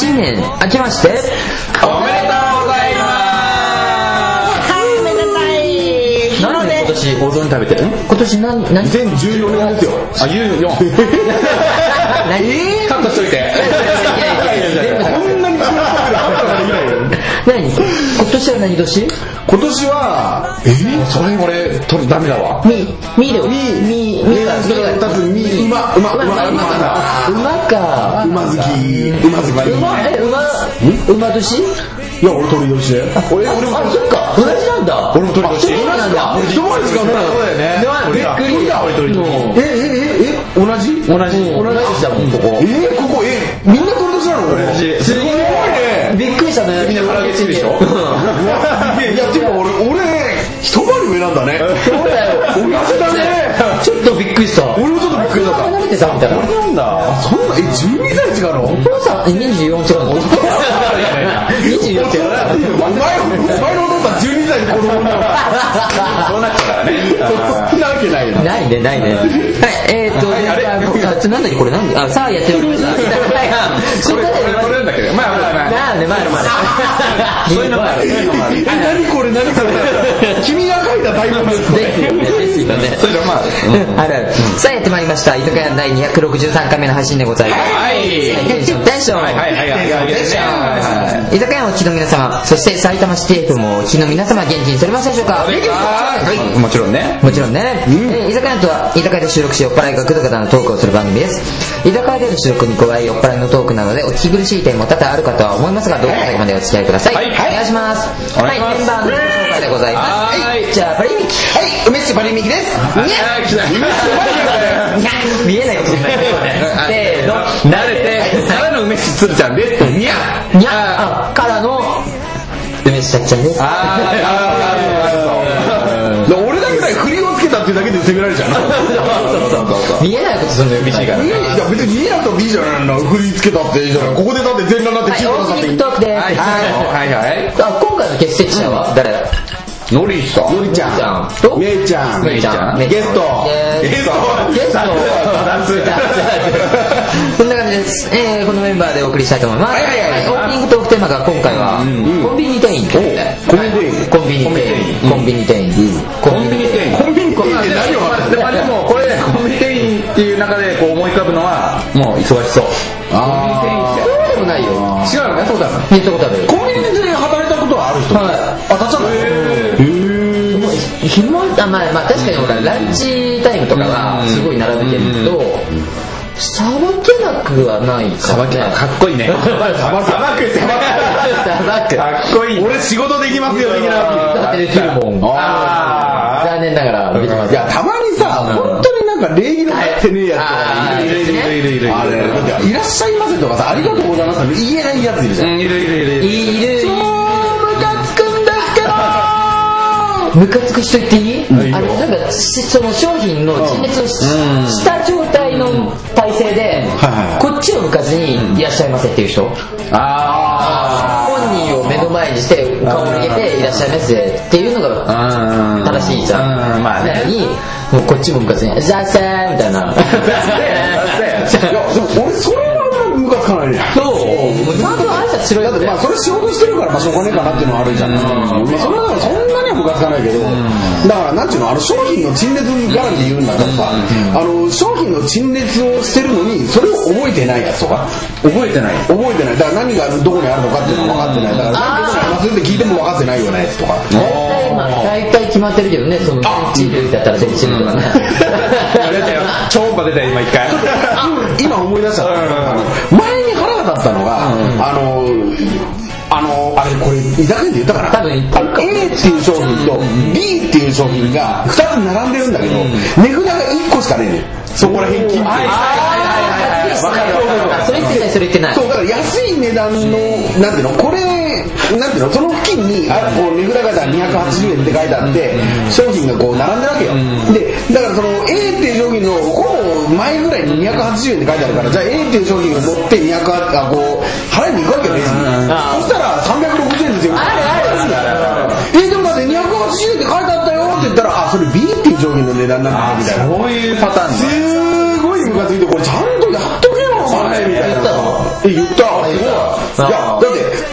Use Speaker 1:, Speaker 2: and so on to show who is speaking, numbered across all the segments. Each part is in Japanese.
Speaker 1: 新年明けまして
Speaker 2: おめでとうございます
Speaker 1: 何
Speaker 2: なの
Speaker 1: 年今
Speaker 2: で
Speaker 1: 年お雑煮食べてる今年何何
Speaker 3: 全14年ですよ
Speaker 2: あ、14
Speaker 1: 何
Speaker 2: カットしといて
Speaker 3: こんなに小さくなったからいないよ
Speaker 1: 何今年は何年
Speaker 3: 今年は
Speaker 2: えー、それ俺取るダメだわ
Speaker 1: み、みでよ。み、み、みが、みが、
Speaker 3: 2つ2馬馬馬馬だ
Speaker 1: 馬か。
Speaker 3: 馬好き馬好き
Speaker 1: 馬、え、馬、馬年
Speaker 3: いや俺鳥年だよ俺俺も
Speaker 1: あ、そっか。同じなんだ。
Speaker 3: 俺も鳥年
Speaker 1: そうなんだ。
Speaker 3: どうですかそうだ
Speaker 1: ねびっくりだ、俺と
Speaker 3: ええええ同じ
Speaker 1: 同じ、同じだもん、ここ。
Speaker 3: えー、ここえみんな鳥年なの同じすごいね
Speaker 1: びっくりしたね。
Speaker 2: みんな唐揚げしてるでしょ
Speaker 3: いやてか俺俺一回り上なんだね
Speaker 1: そうだよ。
Speaker 3: 同じだね
Speaker 1: ちょっとびっくりした。
Speaker 3: 俺もちょっとびっくりだった
Speaker 1: 離れてたみたいな。
Speaker 3: なんだそんなえ12歳違うの
Speaker 1: お父さん、24違うの
Speaker 3: お前お前のお父
Speaker 1: ?24 違うの
Speaker 3: さん12歳の子供なの
Speaker 2: そうなっちゃうからね
Speaker 3: そんなわけないよ
Speaker 1: ないね、ないね。はい、えーっと、なんか、なんだっけ、これなんだあ、さあやっておりました。はいそ
Speaker 2: こ
Speaker 1: う
Speaker 2: れ
Speaker 1: だよ
Speaker 2: これなんだけどまあまあまあ
Speaker 1: なあね、前の前の。そういうのもある。
Speaker 3: え何これ何これ君が書いた台本ですこ
Speaker 1: ですよね、
Speaker 3: れ
Speaker 1: ですよね。
Speaker 2: それじゃあまあ
Speaker 1: うんあるある。さあやってまいりました。居酒屋第263回目の配信でございます。
Speaker 2: はい
Speaker 1: テンション、テンション。
Speaker 2: はいはいはいはい
Speaker 1: テンション
Speaker 2: はい
Speaker 1: 居酒屋をお聞きの皆様、そして埼玉市 TF もお聞きの皆様、元気にされましたでしょうか
Speaker 2: はいもちろんね
Speaker 1: もちろんね、えー居酒屋とは居酒屋で収録し酔っ払いがくだ方のトークをする番組です居酒屋での収録に加え酔っ払いのトークなのでお聞き苦しい点も多々あるかとは思いますがどうか最後までお付き合いください、
Speaker 2: はい
Speaker 1: お願いします
Speaker 2: お願いします
Speaker 1: はいメンバーの紹介でございます
Speaker 2: はい
Speaker 1: じゃあパリミキはい梅酒パリミキです
Speaker 2: あー来た
Speaker 1: にゃ見えない ことになりますよねせーの
Speaker 2: 慣れてさらの梅酒つるちゃんですにゃ
Speaker 1: にゃあからの梅酒ちゃんです
Speaker 2: あーあーあーあーあー
Speaker 3: だから俺だけだよ振りをつけたっていうだけで責められちゃう
Speaker 1: 見えないことするんだよ
Speaker 2: 嬉しいから
Speaker 3: ない
Speaker 2: ね
Speaker 3: や別に見えなくてもいいじゃないの振りつけたっていいじゃないここでだって全裸になって
Speaker 1: はい
Speaker 3: チー
Speaker 1: オ
Speaker 3: プなさ
Speaker 1: ー
Speaker 3: っ
Speaker 1: プ
Speaker 3: て
Speaker 1: ニン
Speaker 3: いい
Speaker 1: グトークです、
Speaker 2: はいはいはい
Speaker 1: あ今回の欠席者は誰だ、
Speaker 2: ノリさん
Speaker 3: のりちゃん
Speaker 1: と
Speaker 3: めいちゃん
Speaker 2: めいちゃん
Speaker 3: ゲスト
Speaker 1: ゲスト
Speaker 3: ゲ
Speaker 1: ゲス
Speaker 3: スト
Speaker 1: ト
Speaker 3: ダンスダン
Speaker 1: こんな感じです、えー、このメンバーでお送りしたいと思います、
Speaker 2: はいはいはい
Speaker 1: オープニングトークテーマが今回は、コンビニ店員って
Speaker 3: コンビニ店員
Speaker 1: コンビニ店員コンビニ店員コンビニ店員
Speaker 2: コンビニ店員って何を
Speaker 3: まあ
Speaker 2: でもでもこれコンビニ店員っていう中でこう思い浮かぶのはもう忙しそう
Speaker 3: あー
Speaker 1: そうでもないよ
Speaker 2: 違うのねそうだ
Speaker 1: 聞いたことある
Speaker 3: コンビニで働いたことはある人
Speaker 1: はい
Speaker 3: あ、たちゃんへー
Speaker 1: 紐あまあまあ確かにほらランチタイムとかはすごい並べてるけどさばけなくはないから
Speaker 2: さばきは かっこいいねさばくさばく
Speaker 1: さばく
Speaker 2: かっこいいね
Speaker 3: 俺仕事できますよ的
Speaker 1: だって
Speaker 3: な
Speaker 1: できるもん
Speaker 3: あ
Speaker 1: 残念ながらできま
Speaker 3: ーい
Speaker 1: せん
Speaker 3: やたまにさ本当になんか礼儀の入ってねえやつと
Speaker 1: あ
Speaker 3: か
Speaker 1: ー
Speaker 3: いる
Speaker 2: いるいるいるいる
Speaker 3: あれだっていらっしゃいませとかさありがとうございますとか言えないやついるじゃん
Speaker 2: うんいるいるいる
Speaker 1: いるそうムカつくんですけどムカつく人言っていい
Speaker 3: いいよ
Speaker 1: あのなんかしその商品の陳列をし,、した状態の体勢で、
Speaker 3: はいはい
Speaker 1: こっちを向かずに「いらっしゃいませ」っていう人、
Speaker 2: あ
Speaker 1: 本人を目の前にして顔を向けて「いらっしゃいませ」っていうのが
Speaker 2: あ
Speaker 1: 正しいじゃん、
Speaker 2: まあ
Speaker 1: なの
Speaker 2: ね
Speaker 1: にもうこっちも向かずに「じゃあせー」みたいな
Speaker 2: せ
Speaker 3: いやでも俺それはあんまムカつかないね
Speaker 1: どうもうちゃんと挨拶しろよ
Speaker 3: だってまあそれ仕事してるからまあしょうがねえかなっていうのはあるじゃん、まあ、それはだからそんなにはムカつかないけど、だからなんていうのあの商品の陳列絡みで言うんだったらさ、あの商品の陳列をしてるのにそれを覚えてないやつとか
Speaker 2: 覚えてない
Speaker 3: 覚えてないだから何がどこにあるのかっていうのは分かってないだから何でも忘れて聞いても分かってないようなやつとか
Speaker 1: まあ大体決まってるけどね、その全チームだったら全チームと かね。
Speaker 2: 出たよ超音波出たよ今一回
Speaker 3: 今思い出した、あの前に腹が立ったのが、あのあのあれこれ居酒屋で言ったかな
Speaker 1: 多分言ってるかも
Speaker 3: A っていう商品と B っていう商品が2つ並んでるんだけど、値札が1個しかねえのよそこら辺切って
Speaker 2: はいはいはいはいわかるわかる
Speaker 1: それ言ってない、それ言ってない
Speaker 3: そ。うだから安い値段のなんていうのこれなんていうのその付近にあこう値札がさ280円って書いてあって商品がこう並んでるわけよでだからその A っていう商品のほぼ前ぐらいに280円って書いてあるからじゃあ A っていう商品を持って200あこう払いに行くわけよレジに
Speaker 1: あー
Speaker 3: そしたら360円ですよ
Speaker 1: あるあるある
Speaker 3: えでもだって280円って書いてあったよって言ったらあそれ B っていう商品の値段なんだみたいな
Speaker 2: そういうパターン
Speaker 3: すごいムカついてこれちゃんとやっとけよお前ねみたいな
Speaker 1: 言ったの
Speaker 3: え言ったすごいいや
Speaker 1: た
Speaker 3: だって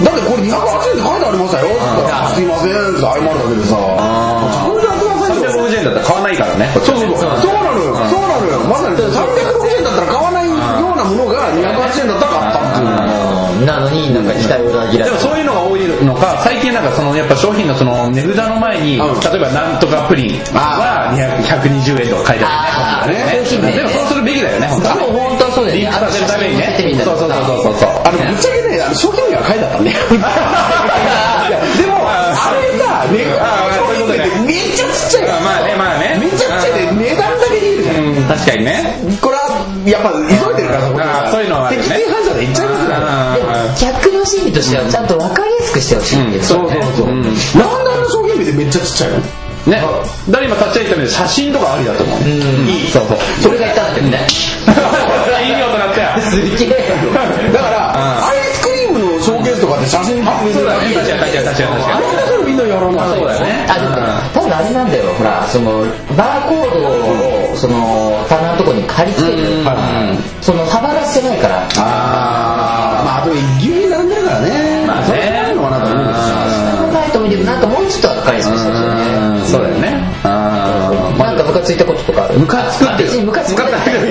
Speaker 3: だってこれ280円って書いてありましたよって言ったらすいませんって謝るだけでさ
Speaker 2: あ
Speaker 3: ちゃんとやってくださいよ
Speaker 2: 350円だったら買わないからね
Speaker 3: そうそうそう。そうなのよ。そうなのよ。まさに360円だったら買わないようなものが280円だったら買ったっていう。
Speaker 1: うんなのになんか期待を裏切ら
Speaker 2: で
Speaker 1: れ
Speaker 2: も
Speaker 1: て
Speaker 2: そういうのが多いのか最近なんかそのやっぱ商品のその値札の前に、
Speaker 3: うん
Speaker 2: 例えばなんとかプリンは120円とか書いてあるよ
Speaker 1: あー
Speaker 2: ね
Speaker 1: そういう品名ね
Speaker 2: でもそうするべきだよね本当
Speaker 1: でも本当はそうだよ
Speaker 2: リン
Speaker 1: ね
Speaker 2: クさせるために
Speaker 1: あの写真を見せてみ
Speaker 2: ね
Speaker 1: たい
Speaker 2: そ
Speaker 1: な
Speaker 2: うそうそうそうそう
Speaker 3: あの、ぶっちゃけね、あの商品名は書いてあ ったね。いやでも、あれさ、ね、
Speaker 2: あーそういう
Speaker 3: 商
Speaker 2: こと
Speaker 3: 品
Speaker 2: ね
Speaker 3: 名ってめっちゃちっちゃいよ。
Speaker 2: まあねまあね
Speaker 3: めっちゃちっちゃいで、値段だけでいるじゃん。
Speaker 2: うん確かにね
Speaker 3: これは、やっぱ急いでるから
Speaker 2: あーそういうのはあるね
Speaker 3: 適正反射でいっちゃいますから。
Speaker 2: あ
Speaker 1: 逆の心理としてはちゃんと分かりやすくしてほしいっていう
Speaker 2: そうそうそう
Speaker 1: ね
Speaker 3: なんであの商品名でめっちゃちっちゃいの
Speaker 2: ーね誰も立ち上げた目で写真とかありだと思ういいそうそう
Speaker 1: それが言ったんだけどね
Speaker 2: いいよとなって
Speaker 1: すげえ
Speaker 3: だから、アイスクリームのショーケースとかって写真撮って
Speaker 2: そうだね確かに確かに確かに確か
Speaker 3: あ
Speaker 2: に
Speaker 3: れだからみんなやらない。
Speaker 2: そうだよね
Speaker 1: あでもね多分あれなんだよほらそのバーコードをその棚のとこに貼り付けるからその幅が狭いから
Speaker 3: あーまああと一級に並んでるからね
Speaker 2: まあね
Speaker 3: それはないのかなと思うんですよ
Speaker 1: ライト見てるなんかもうちょっと分かりやすくしてほしいよね
Speaker 2: うんそうだよねあ
Speaker 1: なんかムカついたこととかある
Speaker 2: ムカつくって
Speaker 1: 別にムカつく
Speaker 2: ムカつくよね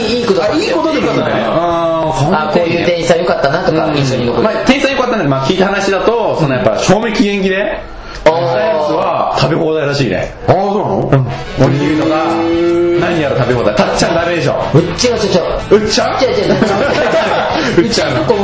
Speaker 1: いいいいことだ
Speaker 3: あいいことでもいいんだよ
Speaker 2: あ
Speaker 1: あこういう店員さんよかったなとか印象に残る
Speaker 2: まあ、店員さんよかったんだけど、まあ、聞いた話だと、そのやっぱ、賞味期限切れ
Speaker 1: あ
Speaker 2: したやつ
Speaker 1: ー
Speaker 2: は食べ放題らしいね。
Speaker 3: ああそう
Speaker 2: お
Speaker 3: なの
Speaker 2: にぎりとか、何やら食べ放題。たっちゃんダメでしょ。
Speaker 1: うっちゃうちゃうちゃう
Speaker 2: うっちゃ
Speaker 1: 違う違う違
Speaker 2: う
Speaker 1: う
Speaker 2: っちゃ
Speaker 1: の
Speaker 2: の
Speaker 1: 子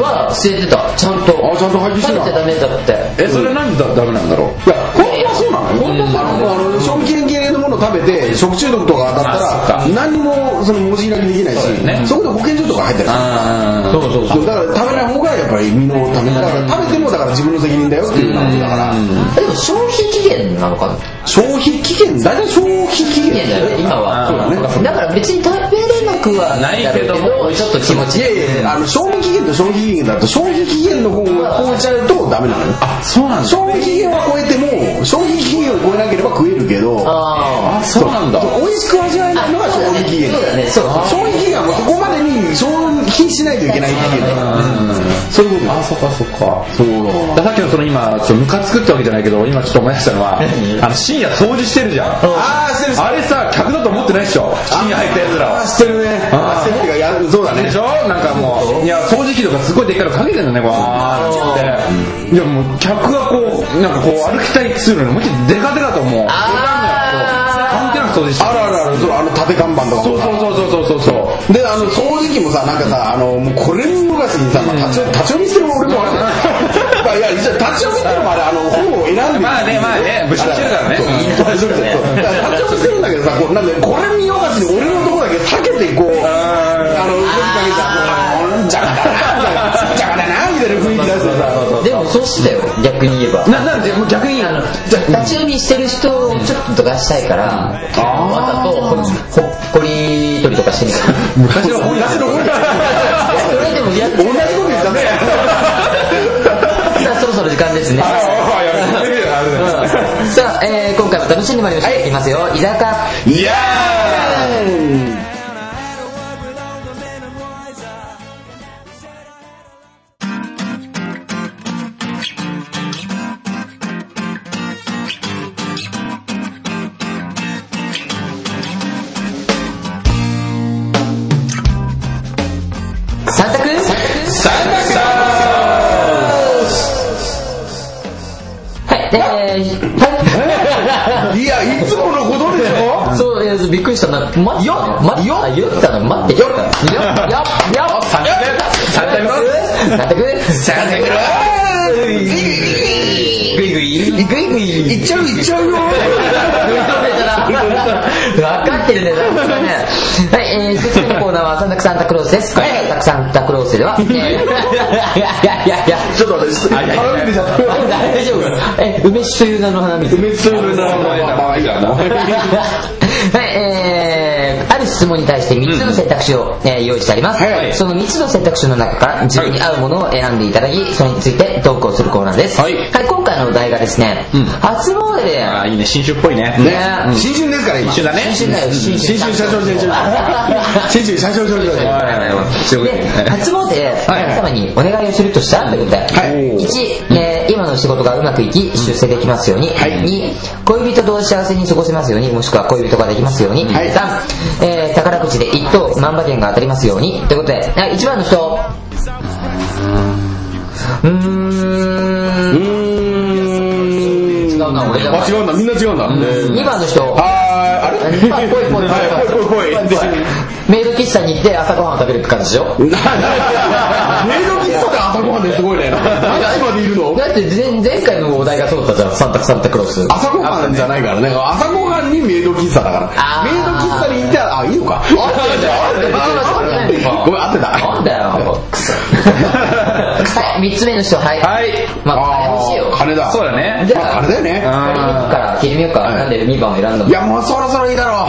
Speaker 1: は捨ててたちゃんと
Speaker 3: あちゃんと廃棄してた
Speaker 1: 食べちゃダメだって
Speaker 2: え、それなんでだダメなんだろ
Speaker 3: いや本当はそうなのよ本当はあの賞味期限系のものを食べて食中毒とか当たっ
Speaker 2: あ
Speaker 3: た
Speaker 2: そ
Speaker 3: ら
Speaker 2: っか
Speaker 3: 何もその文字開きできない
Speaker 2: そうだよね
Speaker 3: しそこで保健所とか入ったりする
Speaker 2: うそうそう
Speaker 3: そうだから食べない方がやっぱり身のためだから食べてもだから自分の責任だよっていう感じだから
Speaker 1: えでも消費期限なのかな
Speaker 3: 消費期限大体消費期
Speaker 1: 期限
Speaker 3: 限
Speaker 1: だよね今は
Speaker 3: そうだね
Speaker 1: だから別に食べれなくはないだろうけ
Speaker 2: ないけど
Speaker 1: どちょっと気持
Speaker 3: い
Speaker 1: ち
Speaker 3: やいやいやあの賞味期限と消費期限だと消費期限の方が超えちゃうとダメなのよ
Speaker 2: あ、そうなんだ。
Speaker 3: 消費期限は超えても消費期限を超えなければ食えるけど
Speaker 1: あ
Speaker 2: あ、そうなんだ。
Speaker 3: 美味しく味わえないのが消費期限
Speaker 1: そうだねそうだね
Speaker 3: 消費期限はもうここまでに消費しないといけない期限だから
Speaker 2: そういうことあ、そっかそっか。そう。ださっきのその今、ちょっとムカつくってわけじゃないけど、今ちょっと思い出したのは、あの深夜掃除してるじゃん。
Speaker 3: ああしてる
Speaker 2: あれさ、客だと思ってないっしょ。深夜入った奴ら
Speaker 3: あ
Speaker 2: は
Speaker 3: ー。してるね
Speaker 2: あー
Speaker 3: してるっていうかやるそうだ
Speaker 2: で
Speaker 3: ね
Speaker 2: しょなんかもう、いや、掃除機とかすごいでっかいのかけてんだね、こう、あーって。いや、もう、客がこう、なんかこう、歩きたいっつうのに、もうちょっとデカデカともう、
Speaker 1: あ
Speaker 2: 関係なく掃除して
Speaker 3: あるあるあるそうあの縦看板とかもさ
Speaker 2: そうそうそうそうそうそう。
Speaker 3: であの掃除機もさなんかさあのもうこれ見逃しにさ、まあ、立ち立ち読みしてる 俺もあれだよまあいや一応立ち読みってのもあれあの本を選んでる
Speaker 2: まあねまあね物色してるからね
Speaker 3: そうそうそうそうだから立ち読みしてるんだけどさこうなんでこれ見逃しに俺のとこだけ避けてこうあの動きかけちゃううんじゃがだなじゃがだなみたいな雰囲気出してさ
Speaker 1: ーでもそうしたよ逆に言えば
Speaker 2: な、なんで、もう逆に、あの、
Speaker 1: 立ち読みしてる人をちょっと出したいから、わざとほほっこり取りとかしてみた。
Speaker 2: 昔の本出
Speaker 3: 昔の本
Speaker 1: それでもやっ
Speaker 3: 同じこと言ったね
Speaker 1: さあそろそろ時間ですね。
Speaker 2: ああ、やめてるよ、あれだよ
Speaker 1: さあ、えー今回も楽しんでまいりましょう。いきますよ。居酒屋。
Speaker 2: いやー
Speaker 1: 三択
Speaker 2: サンタ
Speaker 1: はい、えー、 はい
Speaker 3: やいつものことでしょ
Speaker 1: い。そう、えーびっくりしたな。待った。よ待った。よったの、待って。よよよよ
Speaker 2: サンタサンタクロー
Speaker 1: 三択
Speaker 2: スサンタクロ
Speaker 1: グイグイ。グイグイ。
Speaker 3: いっちゃういっちゃうよ
Speaker 1: 分かってるね、だからね。はい、えー、一つ目のコーナーは、サンタクサンタクロースです。はい、サンタクサンタクロースでは、えーいやいやいやいや、
Speaker 3: ちょっと待って
Speaker 2: いはい
Speaker 3: 絡めてちゃった
Speaker 1: 大丈夫。え、梅酒という名の花水。
Speaker 3: 梅津の名前だ
Speaker 1: はい、えー、あるる質問に対して3つの選択肢を、えー用意してあります、
Speaker 3: はい
Speaker 1: その3つの選択肢の中から自分に合うものを選んでいただきそれについてトークをするコーナーです、
Speaker 2: はい
Speaker 1: 今回のお題がですね、
Speaker 2: うん
Speaker 1: 初詣で
Speaker 2: ああ、いいね、新種っぽいね。
Speaker 1: ね
Speaker 3: ね新春ですから今
Speaker 2: 新種だね。
Speaker 1: 新春だよ新
Speaker 3: 新春社長社長 新春社長社長
Speaker 2: はい、すごい
Speaker 1: で
Speaker 2: ね。
Speaker 1: 初詣で神様にお願いをするとしたらということで、
Speaker 3: い
Speaker 1: 1、えー今の仕事がうまくいき出世できますように、2恋人と幸せに過ごせますようにもしくは恋人ができますように、
Speaker 3: はい
Speaker 1: 3、えー宝くじで1等万馬券が当たりますようにということで1番の人うーん
Speaker 3: 違う
Speaker 1: うな俺じゃない
Speaker 3: あ違うんだみんな違うんだ
Speaker 1: 2番の人
Speaker 3: あーあれ
Speaker 1: あぽいぽいぽい
Speaker 3: はいぽいぽいぽい
Speaker 1: メイド喫茶に行って朝ごはんを食べるって感じでしょ
Speaker 3: メイド喫茶で朝ごはんですごいね何時までいるの
Speaker 1: だって前前回のお題がそうだったじゃんサンタサンタクロース
Speaker 3: 朝ごはんじゃないからね朝ごはんにメイド喫茶だから
Speaker 1: あー
Speaker 3: メイド喫茶に行ってあいいの
Speaker 1: 合
Speaker 3: か
Speaker 1: ってんだよ
Speaker 3: ごめん合ってた
Speaker 1: なん だよ。くそ。はい、三つ目の人、はい。
Speaker 2: はい。
Speaker 1: まあ、
Speaker 3: あ
Speaker 1: 欲しいよ。
Speaker 3: ー金だ
Speaker 2: そうだね
Speaker 1: じ。
Speaker 3: まあ
Speaker 1: ゃあ、
Speaker 3: あれだよね
Speaker 1: 二人目から切り目ようか。
Speaker 3: はい
Speaker 1: なんで2番を選んだの
Speaker 3: いやもうそろそろいいだろ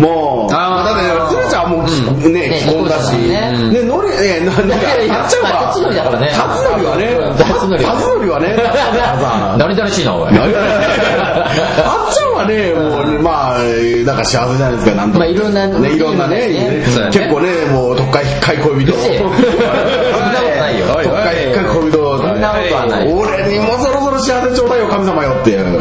Speaker 3: うもう
Speaker 2: あー
Speaker 3: だって鶴ちゃんはもう、ね
Speaker 1: ね
Speaker 3: 既婚だ
Speaker 1: 既婚だ
Speaker 3: し
Speaker 1: しね
Speaker 3: ねのりえなんか
Speaker 1: いやいや
Speaker 3: タッチョウは
Speaker 1: タッチノリだからね
Speaker 3: タッチノリはね
Speaker 1: うんタッチノリ
Speaker 3: タッチノリ はね
Speaker 1: 何々しいな、おい。
Speaker 3: タッチョウはねもうまあなんか幸せじゃないですかなん と
Speaker 1: まあいろんな
Speaker 3: ねいろんなね
Speaker 1: ね
Speaker 2: そうだね
Speaker 3: 結構ねもう特会引っかい恋
Speaker 1: うる
Speaker 3: 人
Speaker 1: せえよ
Speaker 3: 特
Speaker 1: ないよ
Speaker 3: 会引っかい恋人
Speaker 1: そんなことはない。
Speaker 3: 俺にもそろそろ幸せちょうだいよ神様よっていう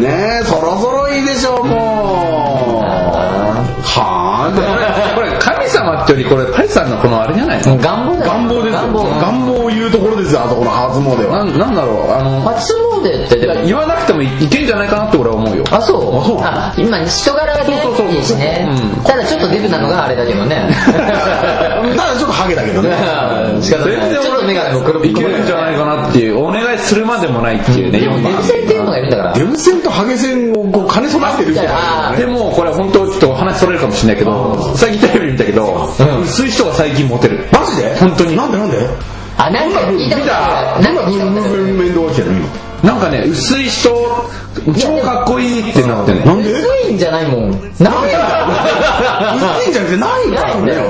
Speaker 3: ねえそろそろいいでしょうもうは
Speaker 2: これ、これ神様ってより、これ、パリさんのこのあれじゃないの
Speaker 1: 願望だ
Speaker 3: あ
Speaker 1: よ
Speaker 3: 願望ですよ
Speaker 1: 願
Speaker 3: 願
Speaker 1: 望
Speaker 3: 望。 を言うところですよあそこの初詣
Speaker 2: な
Speaker 3: は
Speaker 2: んなんだろう、あの、
Speaker 1: 初詣って、でも
Speaker 2: 言わなくてもいいけんじゃないかなって俺は思うよ。
Speaker 1: あ、そう
Speaker 2: あそう
Speaker 1: あ今、人柄が出ていいしね
Speaker 2: う。
Speaker 1: ただ、ちょっとデブなのがあれだけどね。
Speaker 3: ただちょっとハゲだけどね
Speaker 1: 仕方ない。ちょっとメガネも黒
Speaker 2: いけるんじゃないかなっていう、お願いするまでもないっていうね、
Speaker 1: でも、
Speaker 2: 4番
Speaker 1: 熱戦っていうのがいるんだから。
Speaker 3: デブ線とハゲ線をこう兼ね備えてるみたい
Speaker 1: あ
Speaker 3: な
Speaker 2: でもこれ本当ちょっとお話それるかもしれないけど最近テレビ見たけど、
Speaker 1: うん
Speaker 2: 薄い人が最近モテる
Speaker 3: マジで
Speaker 2: 本当に
Speaker 3: なんでなんで
Speaker 1: あ、なんか聞いたことある。なんか聞いたことある。
Speaker 3: 面倒起きてるの
Speaker 2: なんかね薄い人超かっこいいってなってね
Speaker 3: 今なんで
Speaker 1: 薄いんじゃないもん。なんで
Speaker 3: 薄いんじゃなくてないんだ
Speaker 1: ない
Speaker 3: よ
Speaker 1: ん
Speaker 3: ね
Speaker 1: だよ。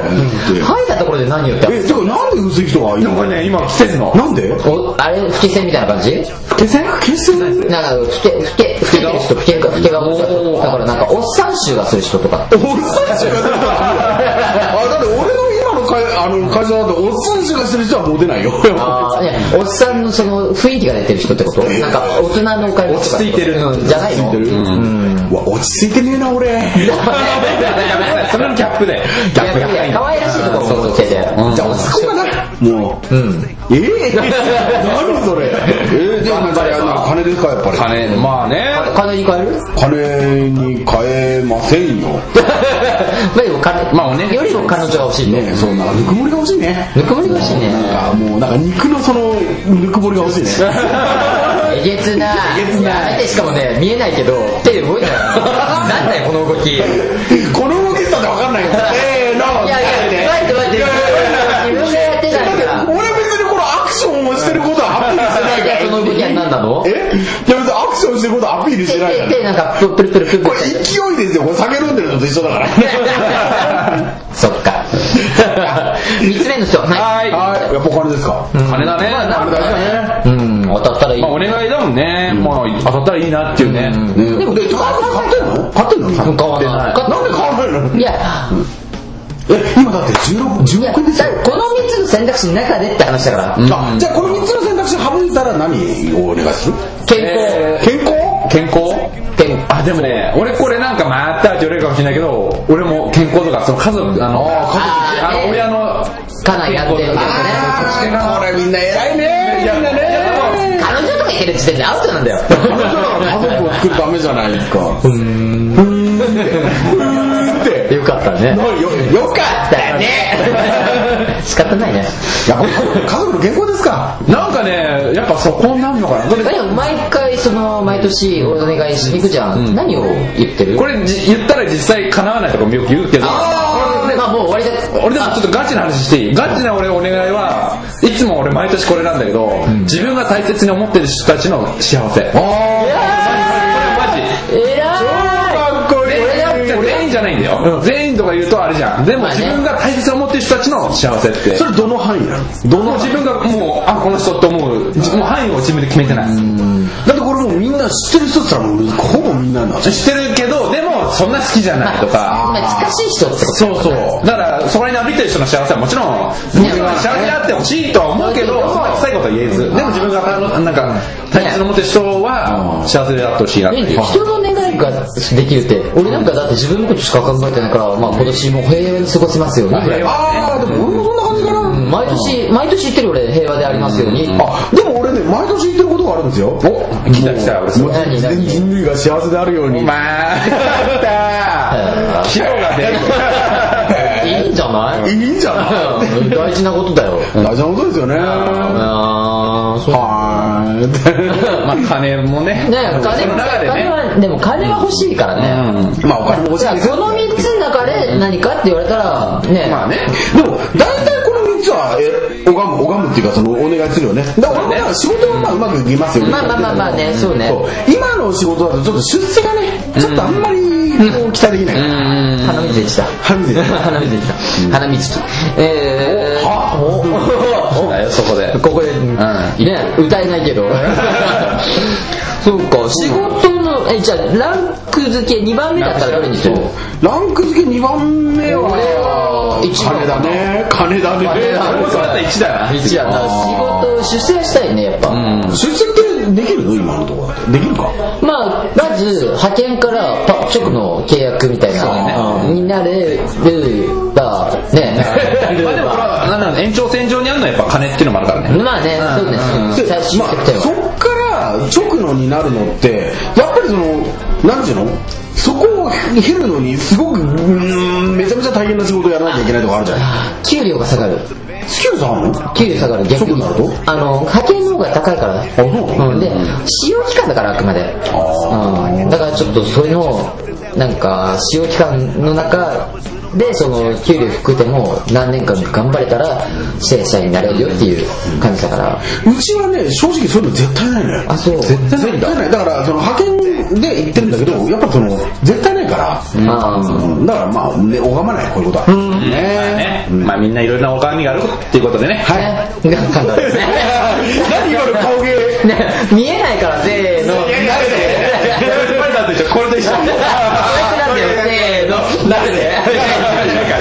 Speaker 3: 本
Speaker 1: 生えたところで何よっ
Speaker 3: 当に
Speaker 1: て。
Speaker 3: えてかなんで薄い人がいい
Speaker 2: なんか
Speaker 3: の
Speaker 2: ね今季節の
Speaker 3: なんで
Speaker 1: お、あれ、吹き線みたいな感じ
Speaker 2: 気仙気仙
Speaker 1: なんか、吹け、吹け、吹けてる人、吹けが、吹けが多かった。だからなんか、おっさん臭がする人とか。
Speaker 3: おっさんしか出てこないあだって俺の今の会あの会社だとおっさんしかしてる人はモテないよ
Speaker 1: あーいやおっさんのその雰囲気が出てる人ってことなんか、大人のお金
Speaker 2: 落ち着いてる
Speaker 1: うんじゃないの
Speaker 3: 落ち着いてるうわ落ち着いてねえな俺
Speaker 2: それのギャップで
Speaker 1: いやいや、可愛らしいとこも持ってて。
Speaker 3: じゃあ落ち着こうかなもう
Speaker 1: うん。
Speaker 3: ええ何それええじゃあじゃあやんな金ですかやっぱり
Speaker 2: 金まあね
Speaker 1: 金に変える
Speaker 3: 金に変えませんよ
Speaker 1: まあでも金、
Speaker 2: まあお願い
Speaker 1: よりも彼女が欲しいね。
Speaker 3: ねえそうなんかぬくもりが欲しいね
Speaker 1: ぬくもりが欲しいね。
Speaker 3: なんかもうなんか肉のそのぬくもりが欲し いね
Speaker 1: えげつな
Speaker 3: えげつない
Speaker 1: やめてしかもね見えないけど手で動いたよなんだよこの動きいやい
Speaker 3: この動きだってわかんないよせーの
Speaker 1: や待って待って自分がやってないから
Speaker 3: 俺別にこのアクションをしてることはアピールしてないから
Speaker 1: その動きは何なの
Speaker 3: えいや別にアクションしてることはアピールしてないか
Speaker 1: 手
Speaker 3: ら
Speaker 1: 手なんかプルプルプルプル
Speaker 3: これ勢いですよこれ酒飲んでるのと一緒だから
Speaker 1: そっか三つ目の人は
Speaker 2: はいい
Speaker 3: はいやっぱ金ですか
Speaker 2: 金だね
Speaker 3: 金だね
Speaker 1: うん当たったらいい
Speaker 2: まあお願いだもんねまあ当たったらいいなっていうね
Speaker 3: ねでもで高橋買ってんの買ってんの
Speaker 1: 買わない買っ
Speaker 3: なんで買わないの
Speaker 1: いや
Speaker 3: え今だって16 10億円ですよ
Speaker 1: だこの三つの選択肢の中でって話だから
Speaker 3: あじゃあこの3つの選択肢省いたら何をお願いする
Speaker 1: 健
Speaker 2: え
Speaker 1: 康
Speaker 2: ー
Speaker 3: 健康
Speaker 2: 健康
Speaker 1: 健康
Speaker 2: あでもね俺これなんかまたって言われるかもしれないけど俺も健康とかその家族あの
Speaker 1: あー
Speaker 2: あの親の
Speaker 1: 家内やってるみたいなね
Speaker 3: あーこれみんな偉いね
Speaker 2: いや
Speaker 3: みんなね
Speaker 2: いやでも
Speaker 1: 彼女とかいてる時点でアウトなんだよ
Speaker 3: あなたは家族を作るためじゃないですか。うん。って。
Speaker 1: よかったね
Speaker 3: よ、よかったよね。
Speaker 1: ね仕方ないね
Speaker 3: やっぱり家族の健康ですか。
Speaker 2: なんかねやっぱそこになるのかなこれ
Speaker 1: でも毎回その毎年お願いしに行くじゃん、何を言ってる
Speaker 2: これじ言ったら実際叶わないとかもよく言うけど
Speaker 1: ああまあもう終わりだ
Speaker 2: 俺でもちょっとガチな話していいガチな俺お願いはいつも俺毎年これなんだけど、自分が大切に思ってる人たちの幸せこれマジ
Speaker 1: えらい
Speaker 3: かっこいい
Speaker 2: 俺が俺がいいんじゃないんだよど、全員とか言うとあれじゃん。でも自分が大切を持ってる人たちの幸せって。
Speaker 3: それどの範囲なの
Speaker 2: どの自分がもう、あ、この人って思う、もう範囲を自分で決めてない。
Speaker 3: だってこれもうみんな知ってる人って言ったらもうほぼみんななんだよ
Speaker 2: してるけど、でもそんな好きじゃないとか。
Speaker 1: まあ近しい人ってこと
Speaker 2: そうそう。だから、そこに歩いてる人の幸せはもちろん、自分は幸せであってほしいとは思うけど、そういうことは言えず。でも自分が、なんか、大切を持ってる人は、幸せであってほしいなっていう。
Speaker 1: 人の願いができるって俺なんかだって自分のことしか考えてないから、まあ、今年も平和に過ごせますようにぐらいは
Speaker 3: ああでも俺もそんな感じかな
Speaker 1: うん毎年毎年言ってる俺平和でありますようにあ
Speaker 3: あでも俺ね毎年言ってることがあるんですよ
Speaker 2: お来た来た、俺すごい。
Speaker 1: 何
Speaker 3: 全
Speaker 1: 何
Speaker 3: 人類が幸せであるように
Speaker 2: まあ、キロが出る。
Speaker 1: いいんじゃない
Speaker 3: いいんじゃない
Speaker 1: うん大事なことだよ
Speaker 3: 大事なことですよね
Speaker 1: あーそう
Speaker 3: は
Speaker 2: まあ、金もね。
Speaker 1: ね金
Speaker 2: その中で
Speaker 1: 金
Speaker 2: ね。
Speaker 1: はでも金は欲しいからね、
Speaker 3: いまあお金も欲し
Speaker 1: じゃあ
Speaker 3: い
Speaker 1: この3つの中で何かって言われたらね,、
Speaker 2: まあね。
Speaker 3: でも大体この3つはえ拝む拝むっていうかそのお願いするよねだから俺もだから仕事はまあうまくいきますよね
Speaker 1: まあまあまあまあねそうね
Speaker 3: そう今の仕事だとちょっと出世がねちょっとあんまりこう期待できないから
Speaker 1: 花水でした
Speaker 3: 花水
Speaker 1: 花水でした花水木えー、お
Speaker 2: だよ、そこで。
Speaker 1: ここで、ね歌えないけどそうか仕事のえじゃあランク付け2番目だったらどれにする
Speaker 2: そう
Speaker 3: ランク付け2番目
Speaker 1: 俺は
Speaker 3: は
Speaker 1: 一番
Speaker 3: 金だね金だね
Speaker 1: 金だね
Speaker 2: 俺もそうだったら1だな。
Speaker 1: 一やな仕事出世したいねやっぱ、
Speaker 3: 出世ってできるの今のところだってできるか
Speaker 1: まあ、まず派遣からパ直の契約みたいな、になれればね
Speaker 2: まあでもこれは、なんだろうね延長線上にあるのはやっぱ金っていうのもあるからね。
Speaker 1: まあね、そうね、
Speaker 3: で
Speaker 1: 最終
Speaker 3: まあ
Speaker 1: 決定
Speaker 3: そ
Speaker 1: は。
Speaker 3: っから直のになるのってやっぱりそのなんていうのそこを減るのにすごくうーんめちゃめちゃ大変な仕事をやらなきゃいけないとこあるじゃない
Speaker 1: 給料が下がる。
Speaker 3: スキルさんあるの
Speaker 1: 給料下がる、逆に。
Speaker 3: 直になる
Speaker 1: あの、派遣の方が高いからね。
Speaker 3: そうなの
Speaker 1: うん、で、使用期間だからあくまで。うん、だからちょっとそれの、なんか、使用期間の中で、その、給料低くても何年間か頑張れたら、正社員になれるよっていう感じだから。
Speaker 3: うちはね正直そういうの絶対ないのよ
Speaker 1: あ、そう。
Speaker 3: 絶対ないだからその派遣で行ってるんだけどやっぱその絶対ないから、
Speaker 1: まあ、
Speaker 3: うんだからまあ、ね、拝まないこういうことは、
Speaker 2: ねまあみんないろいろなお金があるっていうことで ね。
Speaker 1: はい。なんかですね。
Speaker 3: 何今の顔芸
Speaker 1: ね見えないから、せーの。
Speaker 2: いやいやいやいやこれだと一緒これと一緒。
Speaker 1: なんだよ、せーの。なんで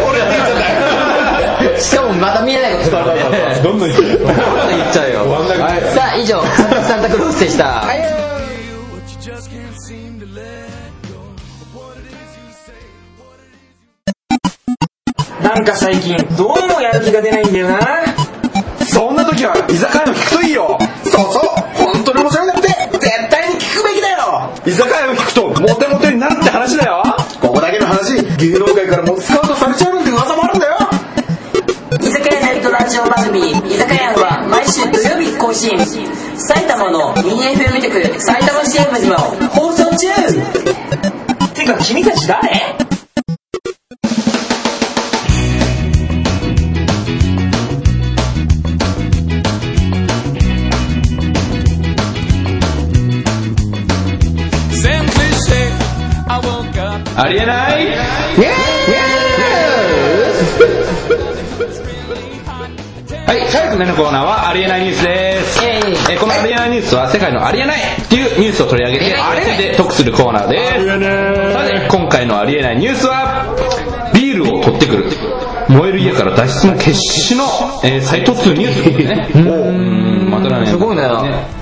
Speaker 3: 俺は出ちゃったよ
Speaker 1: しかもまた見えないことするからね。
Speaker 2: どんどん行っ
Speaker 1: 言っちゃうよ。さあ、以上、サンタクロースでした。
Speaker 4: なんか最近どうもやる気が出ないんだよな
Speaker 2: そんな時は居酒屋の聞くといいよ
Speaker 4: そうそう本当に面白いなくて絶対に聞くべきだよ
Speaker 2: 居酒屋を聞くとモテモテになるって話だよ
Speaker 4: ここだけの話芸能界からもスカウトされちゃうなんて噂もあるんだよ
Speaker 5: 居酒屋ナイトラジオ番組「居酒屋」は毎週土曜日更新埼玉の 2FM 局埼玉支部にも放送中
Speaker 4: てか君たち誰
Speaker 2: ありえないはい、最後のコーナーはありえないニュースです。
Speaker 1: イ
Speaker 2: え
Speaker 1: ェイ
Speaker 2: ーこのありえないニュースは世界のありえないっていうニュースを取り上げて、あれで得するコーナーです。さて、今回のありえないニュースは、ビールを取ってくる。燃える家から脱出も決死の、えー再突入ということでね。うん、またね。
Speaker 1: すごいね
Speaker 2: ね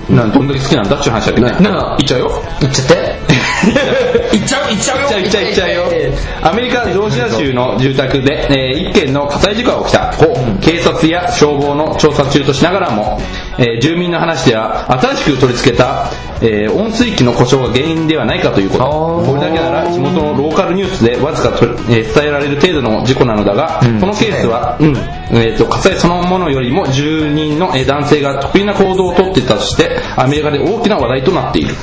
Speaker 2: なんどんだけ好きなんだっちゅう話だけどね。
Speaker 1: ね
Speaker 2: いっちゃうよ。
Speaker 1: 言っちゃって。
Speaker 4: 行っちゃう行っちゃうよ
Speaker 2: いっちゃういっちゃうよアメリカ・ジョージア州の住宅で、えー一件の火災事故が起きた警察や消防の調査中としながらも、えー住民の話では新しく取り付けた、えー温水器の故障が原因ではないかということ
Speaker 1: あー
Speaker 2: これだけなら地元のローカルニュースでわずかと、えー伝えられる程度の事故なのだが、
Speaker 1: ん
Speaker 2: このケースは、うんえーと火災そのものよりも住人の、えー男性が得意な行動をとっていたとしてアメリカで大きな話題となっている、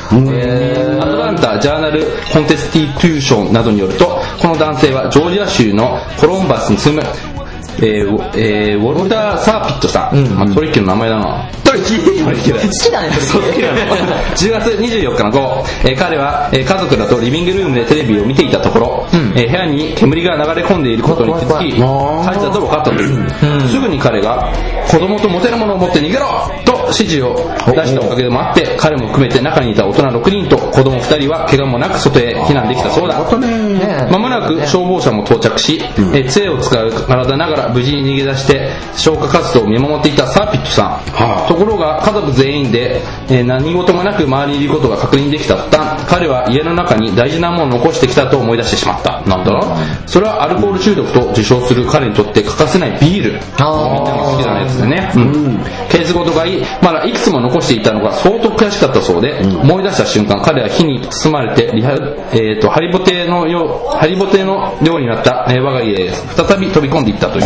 Speaker 2: アトランタ・ジャーナル・コンテスティテューションなどによるとこの男性はジョージア州のコロンバスに住むえーウォえーウォルター・サーピットさん、
Speaker 1: うん
Speaker 2: まあ、トリッキーの名前だなトリッキートリッキーだよ
Speaker 1: 好きだね
Speaker 2: そう好きだね 10月24日の午後、えー彼は、えー家族らとリビングルームでテレビを見ていたところ、
Speaker 1: ん
Speaker 2: えー部屋に煙が流れ込んでいることに気づき
Speaker 1: 怖い怖い
Speaker 2: 帰ったと分かったんです、
Speaker 1: ん
Speaker 2: すぐに彼が子供とモテるものを持って逃げろと指示を出したおかげでもあって彼も含めて中にいた大人6人と子供2人は怪我もなく外へ避難できたそうだ
Speaker 1: ね
Speaker 2: まもなく
Speaker 1: ね
Speaker 2: 消防車も到着し、えー杖を使う体ながら無事に逃げ出して消火活動を見守っていたサーピットさん、
Speaker 3: はあ
Speaker 2: ところが家族全員で、えー何事もなく周りにいることが確認できた途端彼は家の中に大事なものを残してきたと思い出してしまったなんだろうそれはアルコール中毒と自称する彼にとって欠かせないビール好
Speaker 1: あ
Speaker 2: きなやつでね、うん、ケースごとがいいまだいくつも残していたのが相当悔しかったそうで、思い出した瞬間彼は火に包まれてリハ、えー、とハリボテのようハリボテのようになった、えー我が家へ再び飛び込んでいったという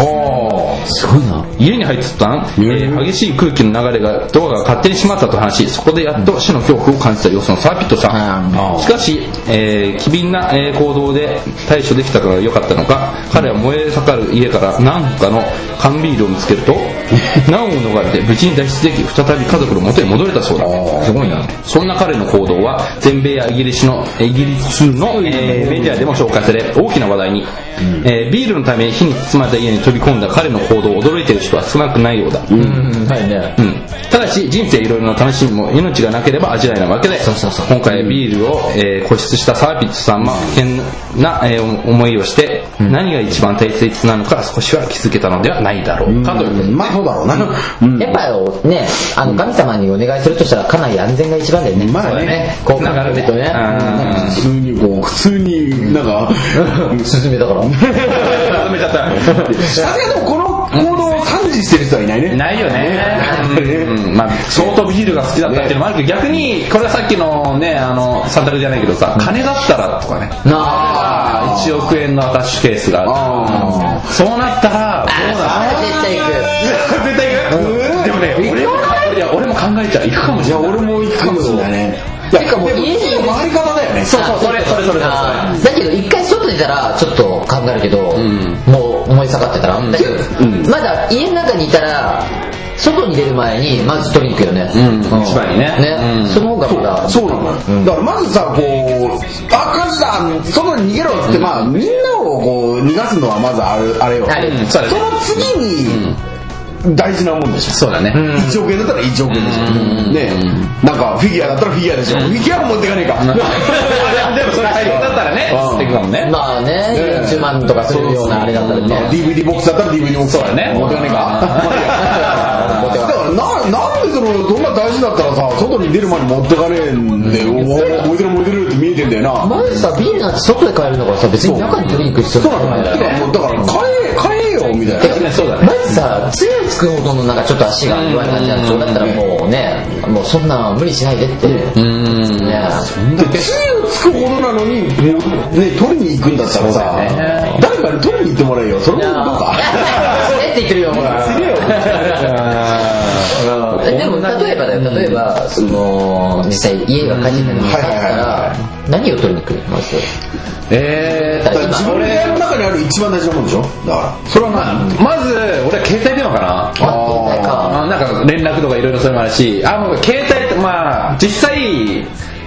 Speaker 1: すごいな
Speaker 2: 家に入ってたん、えー激しい空気の流れがドアが勝手に閉まったと話しそこでやっと死の恐怖を感じた様子のサーキットさん、
Speaker 1: うん
Speaker 2: しかし、えー機敏な、えー行動で対処できたから良かったのか彼は燃え盛る家から何かの缶ビールを見つける と難を逃れて無事に脱出でき再び家族の元へ戻れたそうだすごいなそんな彼の行動は全米やイギリスのイギリスの、えーメディアでも紹介され大きな話題に、えービールのため火に包まれた家に飛び込んだ彼の行動を驚いている人は少なくないようだ、
Speaker 1: うんはいね
Speaker 2: うん、ただし人生いろいろな楽しみも命がなければ味わえないわけで
Speaker 1: そうそうそう
Speaker 2: 今回ビールを、えー固執したサービスさんは危険な、えー思いをして、何が一番大切なのか少しは気づけたのではないだろうかということで
Speaker 3: まあそうだろうな、うん
Speaker 1: やっぱね、あの神様にお願いするとしたらかなり安全が一番だよね。
Speaker 3: まあね
Speaker 1: そうだね。こう考えるとね。
Speaker 2: うん
Speaker 3: 普通にこう普通になんか
Speaker 1: 進めだか
Speaker 2: ま
Speaker 1: ら。
Speaker 2: とめちゃった
Speaker 3: さすがでもこの行動を賛辞してる人はいないね
Speaker 2: ないよね、うんまあ、相当ビールが好きだったっていうのもあるけど逆にこれはさっきのねあのサンダルじゃないけどさ金だったらとかね
Speaker 1: なあ。
Speaker 2: あー1億円のアタッシュケースがあるそうなったらどうなの
Speaker 1: あ出ていく。
Speaker 2: 絶対行く、でもね俺もいや俺も考えちゃう行くかもし
Speaker 3: い
Speaker 2: れ
Speaker 3: や
Speaker 2: ない
Speaker 3: 俺も行くかもしれないねいやもういい回り方だよね
Speaker 1: そうそう、それ、それ、それ。だけど、一回外出たら、ちょっと考えるけど、もう思い下がってたら、だけど、まだ家の中にいたら、外に出る前に、まず取りに行くよね。うん
Speaker 2: 一番にねうん
Speaker 1: その方がまだ、
Speaker 3: そうなのよだからまずさこう「あ赤字だ外に逃げろ」っつってまあみんなをこう逃がすのはまずあるあれよ
Speaker 1: あれ
Speaker 2: うんそうだ
Speaker 3: そ
Speaker 2: ね
Speaker 3: の次に大事なもんでしょ
Speaker 2: そうだね、
Speaker 3: 1億円だったら1億円でしょねなんかフィギュアだったらフィギュアでしょフィギュアも持ってかねえか
Speaker 2: でもそれ大変だったらね
Speaker 3: うん
Speaker 2: 行ってくかもね
Speaker 1: まあね、40万とかするようなあれだったらね。
Speaker 3: DVD ボックスだったら DVD ボックス
Speaker 2: そうだね
Speaker 3: 持ってかねえ
Speaker 1: 持ってか
Speaker 3: かだからななんでそのどんな大事だったらさ外に出る前に持ってかねえんでおお燃えてる燃えてるって見えてんだよな
Speaker 1: まずさ、ビールなんて外で買えるんだからさ、別に中に取りに行く必
Speaker 3: そ
Speaker 1: 要
Speaker 3: う
Speaker 1: な
Speaker 3: ないん
Speaker 1: ん
Speaker 3: だ
Speaker 1: だ
Speaker 3: よ
Speaker 1: よね。
Speaker 3: だから買え買えよみ たいな
Speaker 2: ね そうだね
Speaker 1: まずさ、杖をつくほどのなんかちょっと足が弱い感じなんで、そうだったらもうね、もうそんな無理しないでって。
Speaker 2: うん
Speaker 1: ね
Speaker 3: 杖をつくほどなのに、ね、取りに行くんだったらさ、誰かに取りに行ってもらえよそれもどうか
Speaker 1: えって言ってるよ、ほら。でも、例えばだよ、例えば、その、実際家が火事になりましたら、何を取りに来るまず。
Speaker 2: え
Speaker 1: だから
Speaker 3: 自
Speaker 1: 今
Speaker 3: 分の部屋の中にある一番大事なもんでしょだからそれは何
Speaker 2: ーまず俺は携帯電話かな
Speaker 1: あ携帯か
Speaker 2: あなんか連絡とかいろいろそれもあるしあもう携帯ってまあ実際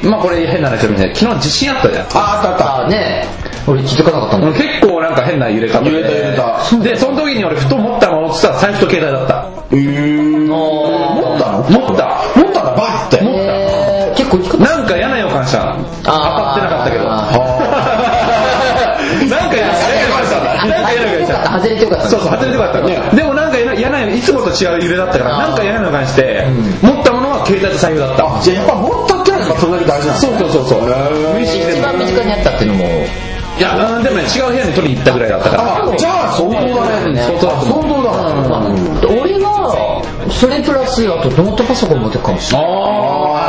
Speaker 2: まあこれ変な話かもしれない昨日地震あったじゃん
Speaker 3: ああったあった
Speaker 1: あ、ね俺気づかなかったんだ
Speaker 2: うん。結構なんか変な揺れ方で
Speaker 3: 揺れた揺れた
Speaker 2: でその時に俺ふと持ったものっつったら財布と携帯だった
Speaker 3: えー、持ったの
Speaker 2: 持った
Speaker 3: 持ったのバッて
Speaker 2: 持った
Speaker 1: えー結構大きかった。
Speaker 2: なんか嫌な予感したの当た
Speaker 1: あー
Speaker 2: ってなかったけど なんか嫌な予感したなんか嫌な予感した
Speaker 1: 外れてよかった。
Speaker 2: そうそう外れてよかったのでもなんか嫌ないつもと違う揺れだったからなんか嫌な予感して持ったものは携帯と財布だった
Speaker 3: じゃあやっぱ持ったってのはやっぱそれだけ大事なんだ
Speaker 2: そうそうそうそう無意識で
Speaker 1: 一番身近にあったっていうのも、
Speaker 2: いやうんでもね違う部屋に取りに行ったぐらいだったから
Speaker 3: あじゃあ相当だね
Speaker 1: 相
Speaker 2: 当だ
Speaker 3: 相当だ
Speaker 1: まあ俺は、それプラス、あとノートパソコン持ってくかもしれない。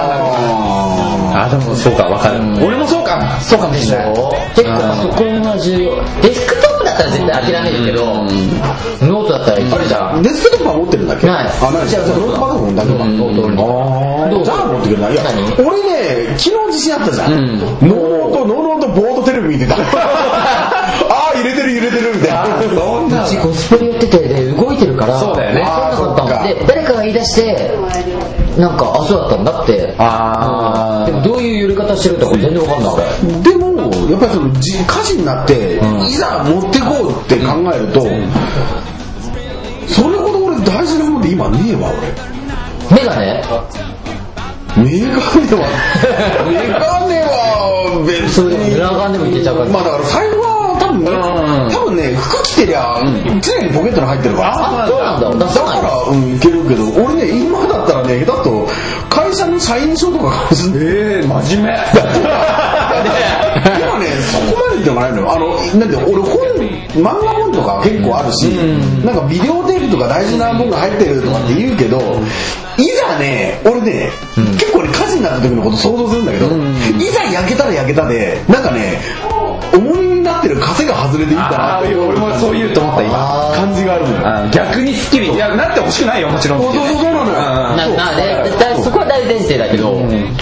Speaker 3: あ
Speaker 2: あでもそうかわかる俺もそうかそうかもしれない
Speaker 1: 結構パソコンは重要デスクトップだったら絶対諦めるけどノートだったらいけるじゃ
Speaker 3: ー
Speaker 1: ん
Speaker 3: デスクトップは持ってるんだっけ
Speaker 1: ない
Speaker 3: あないじゃあノートパソコンだけか
Speaker 1: ノートに
Speaker 3: あ
Speaker 1: ど
Speaker 3: ー
Speaker 1: う
Speaker 3: じゃあ持ってくれないいや
Speaker 1: 何
Speaker 3: 俺ね昨日自信あったじゃんノートノートボードテレビ見てたああ揺れてる揺れてるみたいな
Speaker 2: そんな
Speaker 1: うちコスプレやっててで動いてるから
Speaker 2: そうだよね
Speaker 1: 分かんなかった
Speaker 3: あーそっ
Speaker 1: もん
Speaker 3: か
Speaker 1: で誰かが言い出してなんかあそうだったんだって
Speaker 2: あー
Speaker 1: うんでもどういう揺れ方してるとか全然分かんない俺
Speaker 3: でもやっぱりそのじ火事になって、いざ持ってこうって考えると、それほど俺大事なもので今ねえわ
Speaker 1: 目がね
Speaker 3: 俺メガネはメガネは別
Speaker 1: そうでも
Speaker 3: に
Speaker 1: 裏側でもいけちゃうから
Speaker 3: まあだから財布は多分ね、多分ね服着てりゃ常にポケットに入ってるから
Speaker 1: あそうなんだ出
Speaker 3: だ
Speaker 1: さない
Speaker 3: から、うん、いけるけど、俺ね、今だったらね、だと、会社の社員証とか買うし
Speaker 2: ええ真面目
Speaker 3: でもね、そこまででもないのよ。あの、なんて、俺本、漫画本とか結構あるし、なんかビデオテープとか大事なものが入ってるとかって言うけど、いざね、俺ね、結構ね、火事になった時のこと想像するんだけど、いざ焼けたら焼けたで、なんかね、重荷になってる枷が外れていいかな
Speaker 2: あ
Speaker 3: っ
Speaker 2: あ
Speaker 3: ていう
Speaker 2: 俺もそう言うと思った今
Speaker 3: 感じがあるのよ。
Speaker 2: あー逆にスッキリいやなってほしくないよもちろん
Speaker 3: そうそうそうそうなのよ
Speaker 2: あー
Speaker 1: ななでだそこは大前提だけど、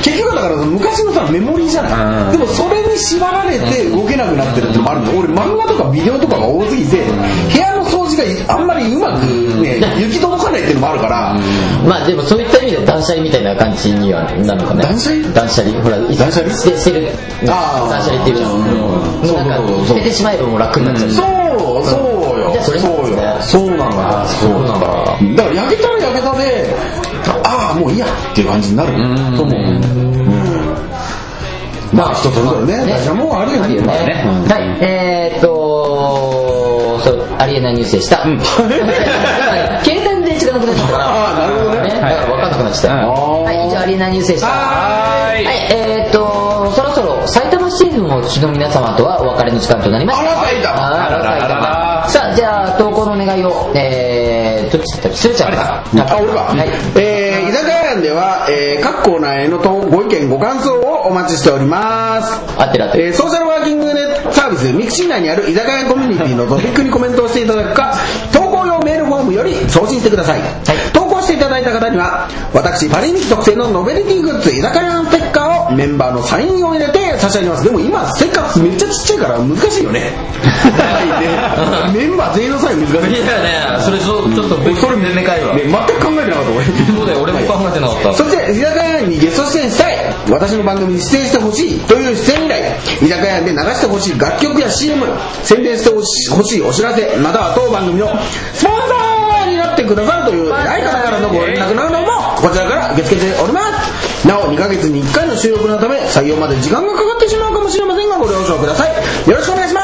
Speaker 3: 結局だから昔のさメモリーじゃない、
Speaker 2: うん
Speaker 3: でもそれに縛られて動けなくなってるってのもあるんだよ俺漫画とかビデオとかが多すぎて、部屋の掃除があんまりうまくね、行き届かないっていうのもあるから、
Speaker 1: まあでもそういった意味では断捨離みたいな感じにはなるのかね
Speaker 3: 断捨離
Speaker 1: 断捨離ほら
Speaker 3: 断捨離
Speaker 1: 捨て捨てる
Speaker 3: あー
Speaker 1: 断捨離っていうじゃん、
Speaker 3: うん
Speaker 1: もうなん
Speaker 3: そうそうそう
Speaker 1: か捨ててしまえばもう楽になっちゃう、
Speaker 3: そうそうよ
Speaker 1: じゃあそれ
Speaker 3: そう
Speaker 1: もですね
Speaker 3: よそうなんだそうなんだだから焼けたら焼けたでああもういいやっていう感じになると思ううんまあ人それぞれね
Speaker 1: ね
Speaker 3: 大事なもんはあるよね
Speaker 1: ねはい、えー、っとそうありえないニュースでした、携帯の電池がなくなっちゃったから
Speaker 3: ああなるほどね
Speaker 1: ね、分かんなくなっちゃった、
Speaker 2: うん
Speaker 1: はい、以上アリーナニュースでした
Speaker 2: はーい
Speaker 1: はいえー、っとそろそろ埼玉シーズンをお聞きの皆様とはお別れの時間となりました
Speaker 3: あら埼玉
Speaker 1: あら埼玉
Speaker 2: あら
Speaker 1: さあじゃあ投稿のお願いをえー、どっちだったっけ鶴ちゃんか
Speaker 3: あ、俺か。
Speaker 1: はい
Speaker 3: えー、居酒屋欄では、えー、各コーナーへの投稿ご意見、ご感想をお待ちしております。
Speaker 1: 合ってる合ってる
Speaker 3: えーソーシャルワーキングネットサービス、ミクシー内にある居酒屋コミュニティのトピックにコメントをしていただくか、投稿用メールフォームより送信してください。投稿していただいた方には、私、パリミキ特製のノベリティグッズ、居酒屋のステッカーをメンバーのサインを入れて差し上げます。でも今、ステッカーめっちゃちっちゃいから難しいよね。はいねメンバー全員のサイン難しい。
Speaker 6: やねそれちょちょっと別れめかいわ
Speaker 3: ね、全く考えてなかった俺
Speaker 6: そうだよ俺も考えてなかった
Speaker 3: そして居酒屋にゲスト出演したい私の番組に出演してほしいという出演依頼居酒屋で流してほしい楽曲や CM 宣伝してほしほしいお知らせまたは当番組のスポンサーになってくださるという偉い方からのご連絡などもこちらから受け付けておりますなお2ヶ月に1回の収録のため採用まで時間がかかってしまうかもしれませんがご了承くださいよろしくお願いし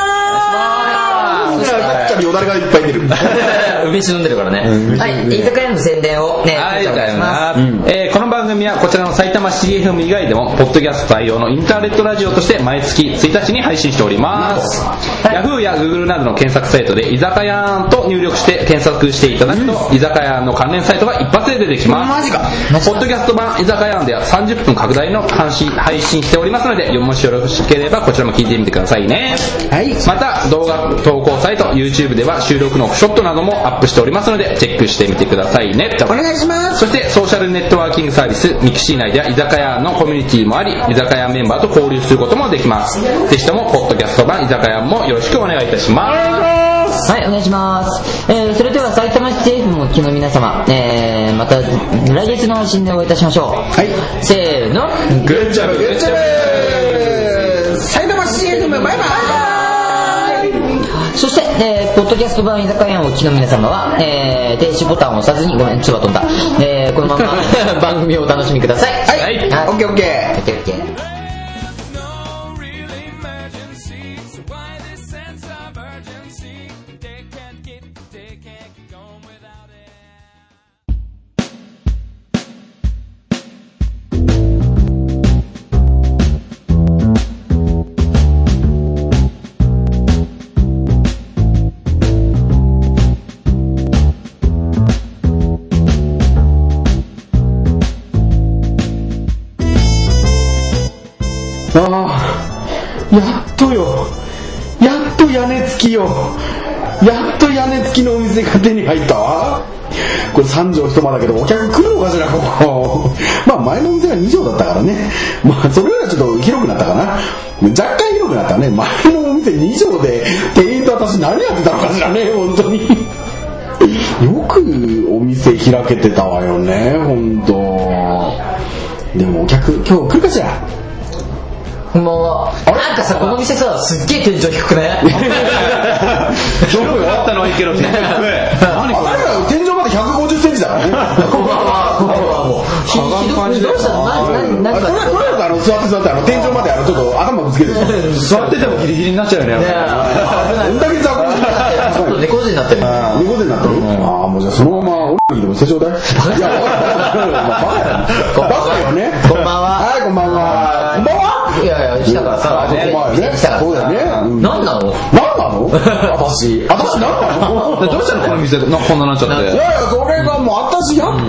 Speaker 3: ますさっきよだれがいっぱい出る
Speaker 6: 梅酒飲んでるからね
Speaker 1: はい居酒屋の宣伝をね
Speaker 2: はい、
Speaker 1: 鶴ちゃん
Speaker 2: だ
Speaker 1: お願い
Speaker 2: よ
Speaker 1: します
Speaker 2: な、えーこの番組はこちらの埼玉 CFM 以外でも、ポッドキャスト対応のインターネットラジオとして毎月1日に配信しております。Yahoo や Google などの検索サイトで、居酒屋と入力して検索していただくと、居酒屋の関連サイトが一発で出てきます。
Speaker 3: マジか
Speaker 2: ポッドキャスト版居酒屋では30分拡大の配信配信しておりますので、もしよろしければこちらも聞いてみてくださいね。
Speaker 3: はい
Speaker 2: また動画投稿サイト YouTube では収録のオフショットなどもアップしておりますのでチェックしてみてくださいね
Speaker 3: お願いします
Speaker 2: そしてソーシャルネットワーキングサービスミキシー内では居酒屋のコミュニティもあり居酒屋メンバーと交流することもできますぜひともポッドキャスト版居酒屋もよろしくお願いいたしま
Speaker 1: はい、お願いします。えー、それでは埼玉市政府も昨日皆様、えー、また来月の配信でお会いいたしましょう。はい。せーの。
Speaker 2: すグッジ
Speaker 3: 그렇죠.
Speaker 2: ャブグッジャ
Speaker 3: 埼玉 CM バイバイ
Speaker 1: そして、えー、ポッドキャスト版居酒屋をお聞きの皆様は、えー、停止ボタンを押さずに、ごめん、唾飛んだ。えー、このまま 番組をお楽しみください。はいは
Speaker 3: オッケーオッケー
Speaker 1: オッケーオッケー。
Speaker 3: ああやっとよやっと屋根付きよやっと屋根付きのお店が手に入ったわこれ三畳一間だけどお客来るのかしらここまあ前のお店が2畳だったからねまあそれよりはちょっと広くなったかな若干広くなったね前のお店2畳で店員と私何やってたのかしらね本当によくお店開けてたわよね本当でもお客今日来るかしら
Speaker 1: こんばんは。なんかさ、この店さ、すっげえ天井低くね
Speaker 2: ショックがあったのはいいけど、天井低い何
Speaker 3: あ
Speaker 2: これ
Speaker 3: れら天井まで150センチだからね。
Speaker 1: こんばんは、こんばんは、もう。ひ
Speaker 2: がむ感じだよ
Speaker 1: どうしたの何、
Speaker 3: あ
Speaker 1: 何、
Speaker 3: れとりあ
Speaker 1: 何か。
Speaker 3: えずあの座って座ってあの天井まであのちょっと頭ぶつけて。
Speaker 2: 座っててもギリギリになっちゃうよ
Speaker 1: ねえ
Speaker 2: ね。
Speaker 1: 危ない
Speaker 3: どんだけ雑
Speaker 1: ちょっと
Speaker 3: 魚だ。
Speaker 1: 猫背になってる。
Speaker 3: 猫背になってる。ああもうじゃあそのまま俺でもしてちょうだい。いやバカバカよね。
Speaker 1: こんばんは。
Speaker 3: はいこんばんは。こんばんは。
Speaker 1: いやいや、来たからさ、
Speaker 3: こんばんはよね。
Speaker 1: 来たから
Speaker 3: そうだよね。うん
Speaker 1: 何な の
Speaker 3: 何なの？私私何なの？
Speaker 2: どうしたのこの店、なんかこんななっちゃって
Speaker 3: い。やいや、それがもう、私、やっと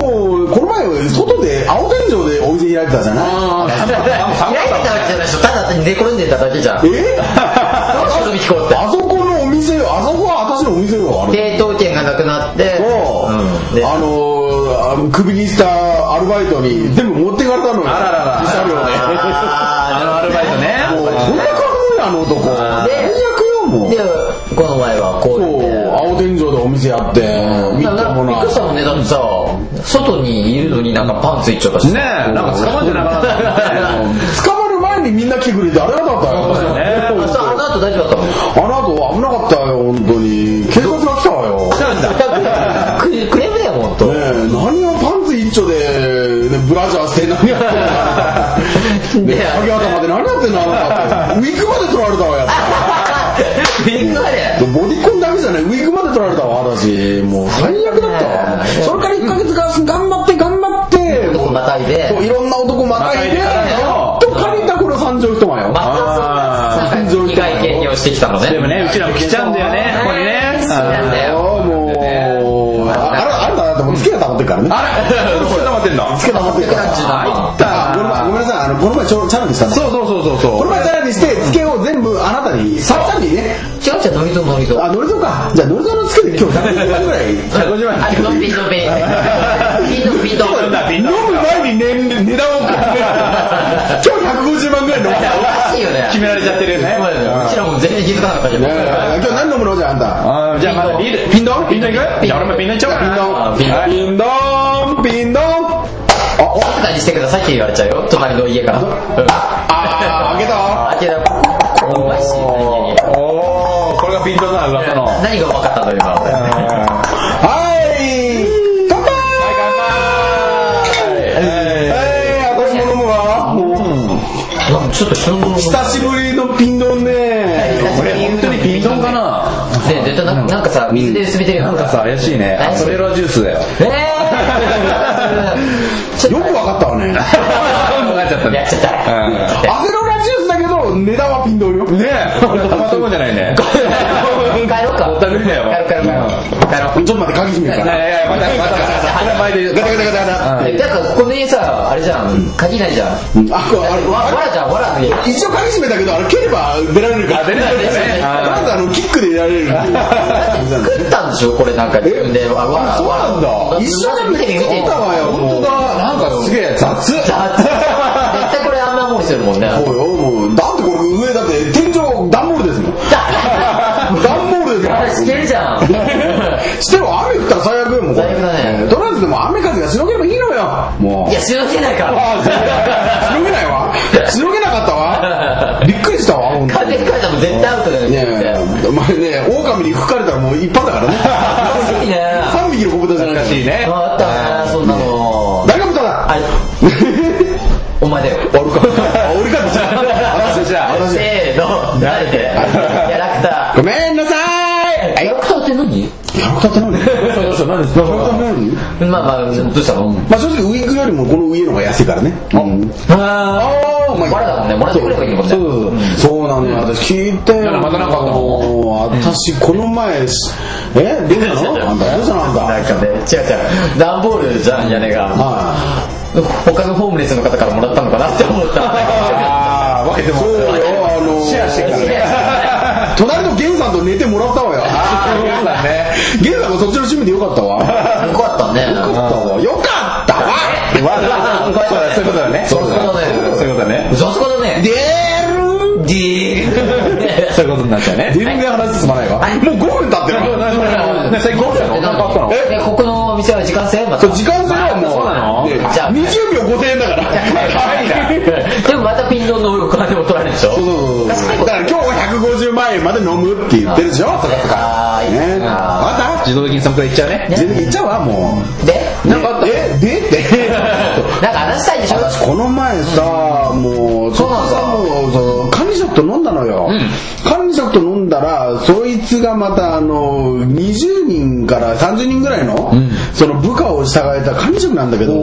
Speaker 3: もう、この前、外で、青天井でお店開いてたじゃない
Speaker 1: 開いてたわけじゃないでしょ。ただ寝転んでただけじゃん。どう
Speaker 3: え
Speaker 1: して飛び聞こうって。
Speaker 3: あそこのお店よ、あそこは私のお店よ、あれ。
Speaker 1: 抵当権がなくなって、
Speaker 3: そう
Speaker 1: うんで
Speaker 3: あのー、あの首にしたアルバイトに全部持ってかれたのよ。
Speaker 2: あららら
Speaker 3: 慰謝料
Speaker 2: あのアルバイト
Speaker 3: で。もう、
Speaker 2: ね。
Speaker 3: こんなかっこいいな、あの男。最悪よ、もう
Speaker 1: で。、この前はこうや
Speaker 3: そ
Speaker 1: って
Speaker 3: う、青天井でお店やって、みっ
Speaker 1: なん
Speaker 3: と
Speaker 1: か
Speaker 3: も
Speaker 1: びっ
Speaker 3: な
Speaker 1: く
Speaker 3: い
Speaker 1: りし。たもんね、だってさ、外にいるのになんかパンツいっちゃったし。
Speaker 2: ねえ、なんか捕まってなかったね。
Speaker 3: 捕まる前にみんな来てくれて、あれがだったよ。
Speaker 2: ね
Speaker 1: あそうあの後大丈夫だったもん。
Speaker 3: あの後危なかったよ、本当に。警察が来たわよ。
Speaker 1: クレクレームだよ、ほん
Speaker 3: ね
Speaker 1: と。
Speaker 3: え、何がパンツ一丁で、ねブラジャーして何やってんのね
Speaker 1: ねえ
Speaker 3: 影頭で何やってんのあの子ウィッグまで取られたわ、やっ
Speaker 1: ビッグあれ。
Speaker 3: ぱボディコンだけじゃない、ウィッグまで取られたわ、私。もう最悪だったわ。
Speaker 1: ねえ
Speaker 3: それから1ヶ月間頑張って頑張って、もう
Speaker 1: またいで
Speaker 3: そう、いろんな男またいで、
Speaker 2: またいで
Speaker 3: やっと借りたこの三畳一間よ。
Speaker 1: またそんな、苦い経験をしてきたの ね。
Speaker 2: でもね、うちらも来ちゃうんだよね、ここにね。
Speaker 1: そうなんだよ。
Speaker 3: あもう、ああれ、あれだなって、もう付けが溜まってるからね。
Speaker 2: これ黙ってんだ。
Speaker 3: 付けが溜まってるから。あごめんなさい、あの、この前ちょチャレンジしたんだ。
Speaker 2: そうそうそうそうそ
Speaker 3: こ
Speaker 2: う。
Speaker 3: の前チャレンジして、付けを全部あなたに、さっさんにね。
Speaker 1: 違う違う、ノリゾノリゾ。
Speaker 3: あ、ノリゾか。じゃあ、ノリゾの付けで今日150万ぐらい。
Speaker 2: 150万
Speaker 1: あ、ピンピンピ ン。ピンピンピン。
Speaker 3: 飲む前に値値段を考えた今日150万ぐらい飲む。ね
Speaker 1: おかしいよね。
Speaker 2: 決められちゃってるよね。
Speaker 1: うちらもう全然気づかなかったけど。
Speaker 3: え今日何飲むのじゃあ、あんた。
Speaker 2: あーじゃあまだビール。ピンドンピンドン行くじゃあ俺もピンドンいっちゃおうかな。
Speaker 1: ピンドン
Speaker 2: はい
Speaker 3: ピンドーン、ピンドーン。
Speaker 1: お静かにしてくださいって言われちゃうよ、隣の家から。
Speaker 3: あー、開けた
Speaker 1: あ、けど、おかしいよね
Speaker 2: おー、これがピンドンだ、噂の。はい、
Speaker 1: 何が分かったんだよ、今。
Speaker 3: はい。乾杯
Speaker 2: 乾杯
Speaker 3: えー、私も飲むわ。
Speaker 1: なんかちょっと人の、ね、
Speaker 3: 久しぶりのピンドンね。
Speaker 2: これ本当にピンドンかな
Speaker 1: 絶対なんかなんかさ、水で薄めてるよ。
Speaker 2: なんかさ、怪しいね。アスペラジュースだよ。
Speaker 1: えーちょっ
Speaker 3: よくわかったわ ね。
Speaker 2: 分かっちゃった
Speaker 1: と、
Speaker 2: ね
Speaker 1: やっ。ちゃった。
Speaker 3: アセロラジュースだけど、値段はピンドルよ。
Speaker 2: ねえ、これたまったもんじゃないね。
Speaker 1: 帰ろうか。
Speaker 2: ぼったくりだよ
Speaker 1: 帰ろう帰ろう帰ろう。
Speaker 3: ちょっと待って、鍵閉め
Speaker 2: い
Speaker 3: るから。
Speaker 2: やいや、待って待って待って。これ前で言う
Speaker 3: ガタガタガタガタ。
Speaker 1: なんかここにさ、あれじゃん、鍵ないじゃん。
Speaker 3: あ、こうあれ、
Speaker 1: わ
Speaker 3: わ
Speaker 1: わらじゃん、わらの家。
Speaker 3: 一応鍵閉めたけど、あれ、蹴れば出られるから。出
Speaker 1: られるね
Speaker 3: なんであの、キックで出られるっていう
Speaker 1: 作ったんでしょ、これなんか自分で。わわら
Speaker 3: そう
Speaker 1: わら
Speaker 3: なんだ。一緒に
Speaker 1: 見
Speaker 3: 見
Speaker 1: て
Speaker 3: て
Speaker 1: み見てみ。
Speaker 3: たわよ。本当だ。なんかすげえ 雑。
Speaker 1: 絶対これあんなもんしてるもんね。
Speaker 3: そうよ、もう。だってこれ上だって、天井、段ボール ですもん。段ボールです
Speaker 1: あ
Speaker 3: もん
Speaker 1: れ、してるじゃん。
Speaker 3: しても雨降ったら最悪よ、もうこれ。
Speaker 1: 最悪だね
Speaker 3: とりあえずでも雨風がしのげればいいのよ。もう。
Speaker 1: いや、しのげないから。
Speaker 3: しのげないわ。しのげなかったわ。びっくりしたわ、本当
Speaker 1: 風
Speaker 3: に。
Speaker 1: 吹かれたらもう絶対アウトだよ
Speaker 3: ねえ
Speaker 1: ね。、
Speaker 3: お前ね、狼に吹かれたらもう一発だからね。
Speaker 1: しいね
Speaker 3: 3匹の子豚じゃない
Speaker 2: らしいね。
Speaker 1: あったね、そんなの。
Speaker 3: 誰が豚だ
Speaker 1: あれ、お前だよ。
Speaker 3: 俺か。あ俺かじゃあ。
Speaker 2: 私じゃあ
Speaker 3: 私
Speaker 1: せーの、慣れて。キャラクタ
Speaker 3: ごめんなさ
Speaker 1: ー。
Speaker 3: い
Speaker 1: キャラクターって何
Speaker 3: キャラクターって何キャ
Speaker 2: どうした何です
Speaker 3: ラクターって何
Speaker 1: まあまあ、どうしたの
Speaker 3: まあ正直ウィークよりもこの上の方が安いからね。うん
Speaker 1: あ
Speaker 3: あー、まあ、
Speaker 1: バラだもんねもらってくればいいもんね
Speaker 3: そうそうそう。そうなんだよ、私聞いてよ。
Speaker 2: らまたなんかあったの
Speaker 3: もう私、この前し、えどうしたのあんた、どうしたのあん
Speaker 1: ーなん
Speaker 3: た。
Speaker 1: かね、違う違う。段ボールじゃん、屋根が。
Speaker 3: あ
Speaker 1: 他のホームレスの方からもらったのかなって思ったんだ
Speaker 2: あー、分けて
Speaker 3: あ、そう
Speaker 2: もらっ
Speaker 3: よ、あの
Speaker 2: シェアしてきたね
Speaker 3: 隣のゲンさんと寝てもらったわよ。
Speaker 2: た。皆さんね。
Speaker 3: ゲンさんがそっちの趣味でよかったわ。よか
Speaker 1: けど。よかったね。
Speaker 3: ったわ。よかったわ
Speaker 2: わそうだそういうことだね
Speaker 6: そうそうだね
Speaker 2: そういうことだね
Speaker 6: 雑魚だね
Speaker 2: 出るでそういうことになっちゃうね全然話進まないわ
Speaker 3: もう5分経ってる
Speaker 2: 最後だろ
Speaker 1: なんか
Speaker 3: え
Speaker 1: でここのお店は時間制また
Speaker 3: そう時間制だよもう
Speaker 2: そうなの
Speaker 3: ね
Speaker 1: じゃあ
Speaker 3: 20秒5000円だから
Speaker 1: でもまたピンロンのお金も取られるでしょ
Speaker 3: そうそうそうそうだから今日は150万円まで飲むって言ってるでしょそかそ
Speaker 1: あーいい
Speaker 3: ね
Speaker 1: な
Speaker 3: また
Speaker 2: 自動的にそのくらいいっちゃうね
Speaker 3: 全然行っちゃうわもう
Speaker 1: で
Speaker 3: なんかあったえでって
Speaker 1: なんか話したいでしょ
Speaker 3: 私この前さ、もう
Speaker 1: そうなんだ
Speaker 3: さもうその管理職と飲んだのよ、管理職と飲んだらそいつがまたあの20人から30人ぐらいの、その部下を従えた管理職なんだけど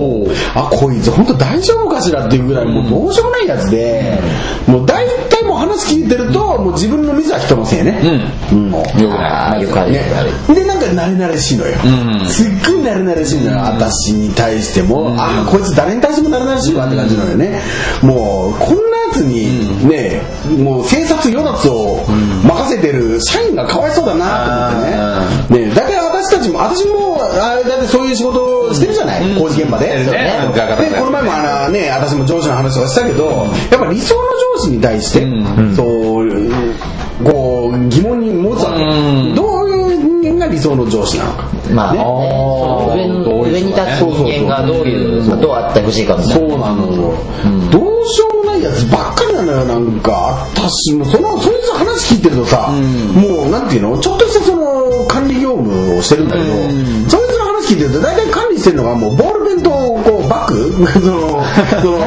Speaker 3: あこいつ本当大丈夫かしらっていうぐらいもうどうしようもないやつで、もう大体もう話聞いてると、もう自分の水は人のせいね、うん
Speaker 2: よくない
Speaker 1: あーよくあるよ
Speaker 3: ね
Speaker 1: くある、
Speaker 3: でなんか慣れ慣れしいのよ、
Speaker 2: うん
Speaker 3: すっごい慣れ慣れしいのよ、私に対しても、ああこいつ誰に対しても慣れ慣れしいわって感じなのよね、もうこんなやつにね、もう生殺与奪を任せてる社員がかわいそうだなと思ってね,、ねだから私たちも私もあれだってそういう仕事をしてるじゃない、工事現場で、
Speaker 2: してるね
Speaker 3: そう
Speaker 2: ガタガタ
Speaker 3: でこの前もあのね私も上司の話をしたけど、やっぱ理想の上司に対して、そうこう疑問に持つわけ、
Speaker 2: うん
Speaker 3: どういう人間が理想の上司なのか
Speaker 1: まあ、
Speaker 3: ね
Speaker 1: ね、上の上に立つ人間がどういうどうあってほしいかみたい
Speaker 3: そう
Speaker 1: な
Speaker 3: なのよ、どうしようもないやつばっかりなのよなんか私もそのそいつの話聞いてるとさ、もうなんていうのちょっとしたその管理業務をしてるんだけど、そいつの話聞いてると大体管理してるのがもうボールペンとこうバッグ そのその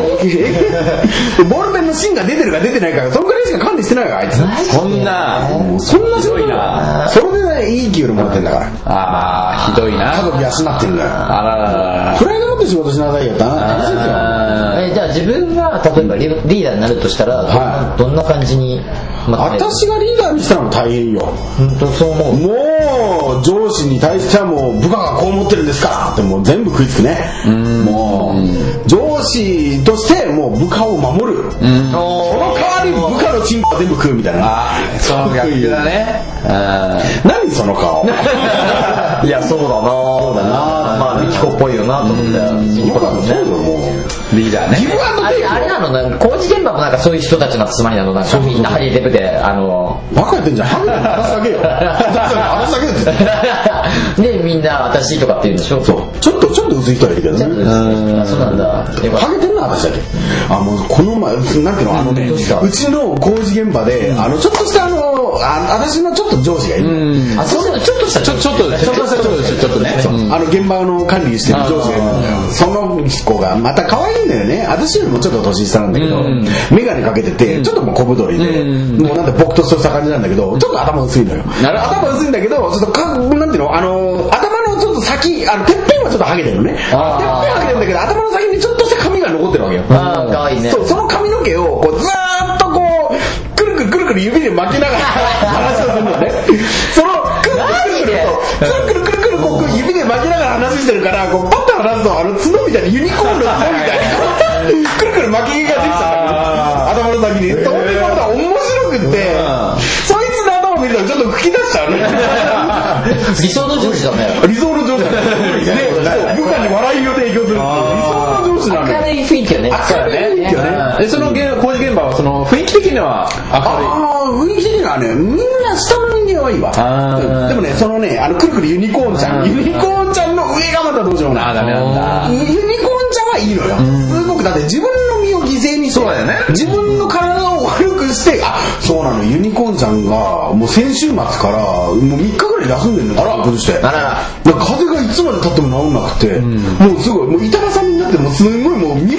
Speaker 3: ボールペンの芯が出てるか出てないかがそんくらいしか管理してないわあいつ
Speaker 2: そんな
Speaker 3: そんな仕
Speaker 2: ひどい
Speaker 3: 事
Speaker 2: な
Speaker 3: それでねいい給料もらってんだから
Speaker 2: あーひどい
Speaker 3: 家
Speaker 2: な
Speaker 3: 族養ってるんだよ
Speaker 2: あらららら
Speaker 3: プライド持って仕事しなさいよって話ですよ
Speaker 2: あ
Speaker 1: えじゃあ自分が例えばリリーダーになるとしたらどんな,、
Speaker 3: はい
Speaker 1: どんな感じに、まあ
Speaker 3: 私がリーダーにしたらもう大変よ
Speaker 1: 本当そう思う
Speaker 3: もう上司に対してはもう部下がこう思ってるんですからってもう全部食いつくねもう上司としてもう部下を守るその代わり部下のチンポは全部食うみたいな
Speaker 2: あーそう逆だねあ
Speaker 3: 何その顔よ
Speaker 1: いやそうだなそうだなまあミキコっぽいよなと思ったよミキコ
Speaker 3: く
Speaker 1: だ
Speaker 3: あ
Speaker 1: もん
Speaker 3: るそうよ
Speaker 1: ね
Speaker 3: もう
Speaker 2: ーリーダー
Speaker 3: ギ
Speaker 2: ね
Speaker 3: ブアンド
Speaker 1: あ
Speaker 3: テイ
Speaker 1: れ
Speaker 3: ク
Speaker 1: あれなのなんか工事現場もなんかそういう人たちの集まりなのなんかみんなハリエデブであの
Speaker 3: バカやってんじゃんハグの話だけ よ話だけです
Speaker 1: でみんな私とかって言うんでしょそう
Speaker 3: ちょっとちょっと薄い人はいるけど
Speaker 1: そう
Speaker 3: ね
Speaker 1: なんだよかった
Speaker 3: ハゲてるな私だけあもうこの前なんていうのあのね
Speaker 1: どうした
Speaker 3: うちの工事現場で、あのちょっとしたあのあ私のちょっと上司がいる、
Speaker 1: あそうなのちょっとした
Speaker 2: ちょちょっとちょっとちょっとね
Speaker 3: あの現場の管理してる上司がいるんだよその子がまた可愛いんだよね私よりもちょっと年下なんだけど、眼鏡かけててちょっともう小太りで、もうなんて僕とした感じなんだけどちょっと頭薄いのよ
Speaker 2: なるほど
Speaker 3: 頭薄いんだけどちょっとかなんていうのあの頭のちょっと先あのてっぺんはちょっとハゲてるのねてっぺんはハゲてるんだけど頭の先にちょっとした髪が残ってるわけよ
Speaker 1: ああかわいいね
Speaker 3: そうその髪の毛をこうずーっとこうくるくるくるくる指で巻きながら話をするのねそのくるくるくるくるとくるくるくるくるこう指で巻きながら話してるからこうパッと話すとあの角みたいなユニコーンの角みたいなくるくる巻き毛ができちゃったの頭の先にそれでまた面白くってそいつの頭を見るとちょっと吹き出しちゃうね
Speaker 1: 理想の上司だね
Speaker 3: 理想の上司だねでそう部下に笑いを提供するっていう理想の上司なのよ
Speaker 1: 明るい雰囲気よね
Speaker 3: 明るい雰囲気よね
Speaker 2: でそのげ工事現場はその雰囲気的には明
Speaker 3: ああー、雰囲気的にはね、みんな下の人間はいいわ。
Speaker 2: あー
Speaker 3: うんでもね、そのね、あの、くるくるユニコーンちゃん、ユニコーンちゃんの上がまたどうしようもない。
Speaker 2: あーダメなんだ
Speaker 3: ユニコーンちゃんはいいのよ。すごく、だって自分の身を犠牲にして、
Speaker 2: そうだよね
Speaker 3: 自分の体を悪くして、あ、そうなの、ユニコーンちゃんが、もう先週末から、もう3日ぐらい休んでるの、あら、崩して。
Speaker 1: あらら
Speaker 3: だから風邪がいつまでたっても治んなくて、もうすごいもう板挟みになってもうすごいもうみるみる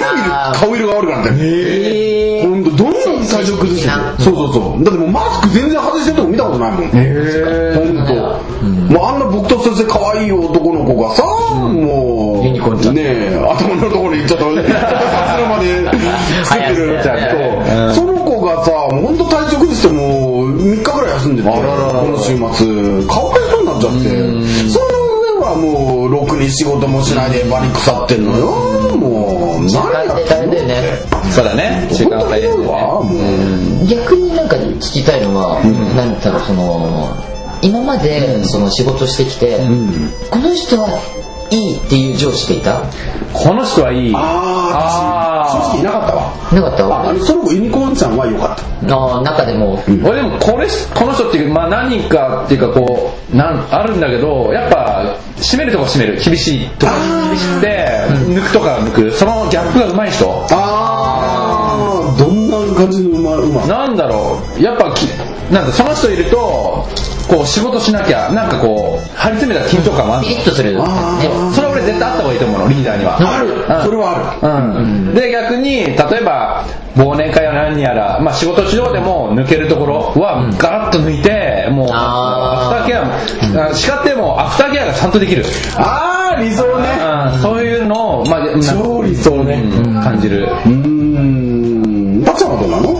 Speaker 3: 顔色が悪くなって
Speaker 1: へー
Speaker 3: ほんとどんどん体調崩してるそうそうそうだってもうマスク全然外してるとこ見たことないもんほんともうあんな僕とそして可愛い男の子がさ、もう
Speaker 1: ユニコーンちゃん
Speaker 3: ねえ頭のところにちょっとさすがまで作ってるちゃんとその子がさもうほんと体調崩してもう3日ぐらい休んでてこの週末顔変えそうになっちゃってその上はもうろくに仕事もしないでバリ腐ってんのよもう何やって
Speaker 1: 大変だよね
Speaker 2: るいそうだね中間
Speaker 3: 本当
Speaker 2: 大
Speaker 3: に
Speaker 2: 変
Speaker 3: 思うわもう
Speaker 1: 逆になんか聞きたいのは、なんだろうその今までその仕事してきて、この人はいいっていう上司でいた
Speaker 2: この人はいい
Speaker 3: ああ
Speaker 2: あー
Speaker 3: 私正直いなかったわ
Speaker 1: なかった
Speaker 3: ああのその子ユニコーンちゃんは良かった
Speaker 1: の中でも、
Speaker 2: 俺でもこれこの人っていう、まあ、何人かっていうかこうなんあるんだけどやっぱ締めるとこ締める厳しいとこ厳しくて抜くとか抜くそのギャップがうまい人
Speaker 3: ああどんな感じの馬馬
Speaker 2: なんだろうやっぱきなんかその人いるとこう仕事しなきゃなんかこう張り詰めた緊張感もある
Speaker 1: ピリッとする。ね
Speaker 3: あー
Speaker 2: それは俺絶対あった方がいいと思うのリーダーには
Speaker 3: ある
Speaker 2: うん
Speaker 3: それはある
Speaker 2: うん、で逆に例えば忘年会や何やら、まあ、仕事しようでも抜けるところはガラッと抜いて、もうア
Speaker 1: あー
Speaker 2: フターケアも、あ叱ってもアフターケアがちゃんとできる、
Speaker 3: ああ理想ね
Speaker 2: うん、そういうのを、まあ、なんか
Speaker 3: 超理想ね
Speaker 2: うん感じる、
Speaker 3: うーんたっちゃんはどうなの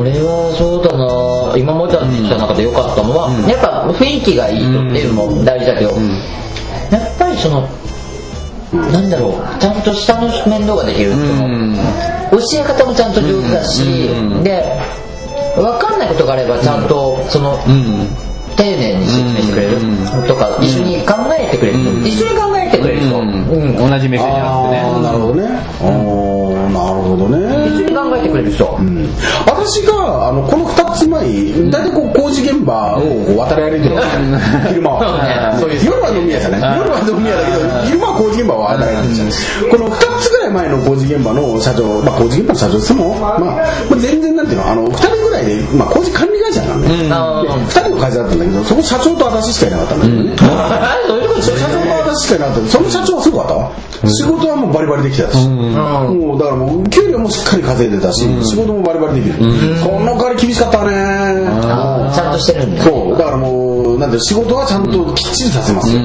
Speaker 1: 俺はそうだな今まで見た中で良かったのは、やっぱ雰囲気がいいとっていうのも大事だけど、やっぱりそのなんだろうちゃんと下の面倒ができるっていうの、
Speaker 2: うん
Speaker 1: 教え方もちゃんと上手だし、で分かんないことがあればちゃんとその、
Speaker 2: うん
Speaker 1: 丁寧に説明してくれるとか、一緒に考えてくれる、一緒に考えてくれる人、うん
Speaker 2: 同じ目線じゃなくてね
Speaker 3: ああなるほどねああなるほどね
Speaker 1: 一緒に考えてくれる人、
Speaker 3: うん私があのこの2つ前に大体こう工事現場をこう渡り歩いてるわけ昼間 は
Speaker 1: そうね
Speaker 3: 夜は飲み屋じゃない夜は飲み屋だけど昼間は工事現場は渡り歩いてるこの2つぐらい前の工事現場の社長、まあ、工事現場の社長ですもん、まあ、まあ全然なんていうのあの2人ぐらいで、まあ、工事管理会社なんで、で
Speaker 1: あー
Speaker 3: 2人の会社だったんだけどそこ社長と私しかいなかったんだけどね、
Speaker 1: どういうこと
Speaker 3: 社長と私しかいなかったんでその社長はすごかったわ、仕事はもうバリバリできてたし、もうだからもう給料もしっかり稼いでたし、仕事もバリバリできる、その代わり厳しかったね
Speaker 1: あちゃんとしてるんだ
Speaker 3: そうだからもうなんて仕事はちゃんときっちりさせますよ、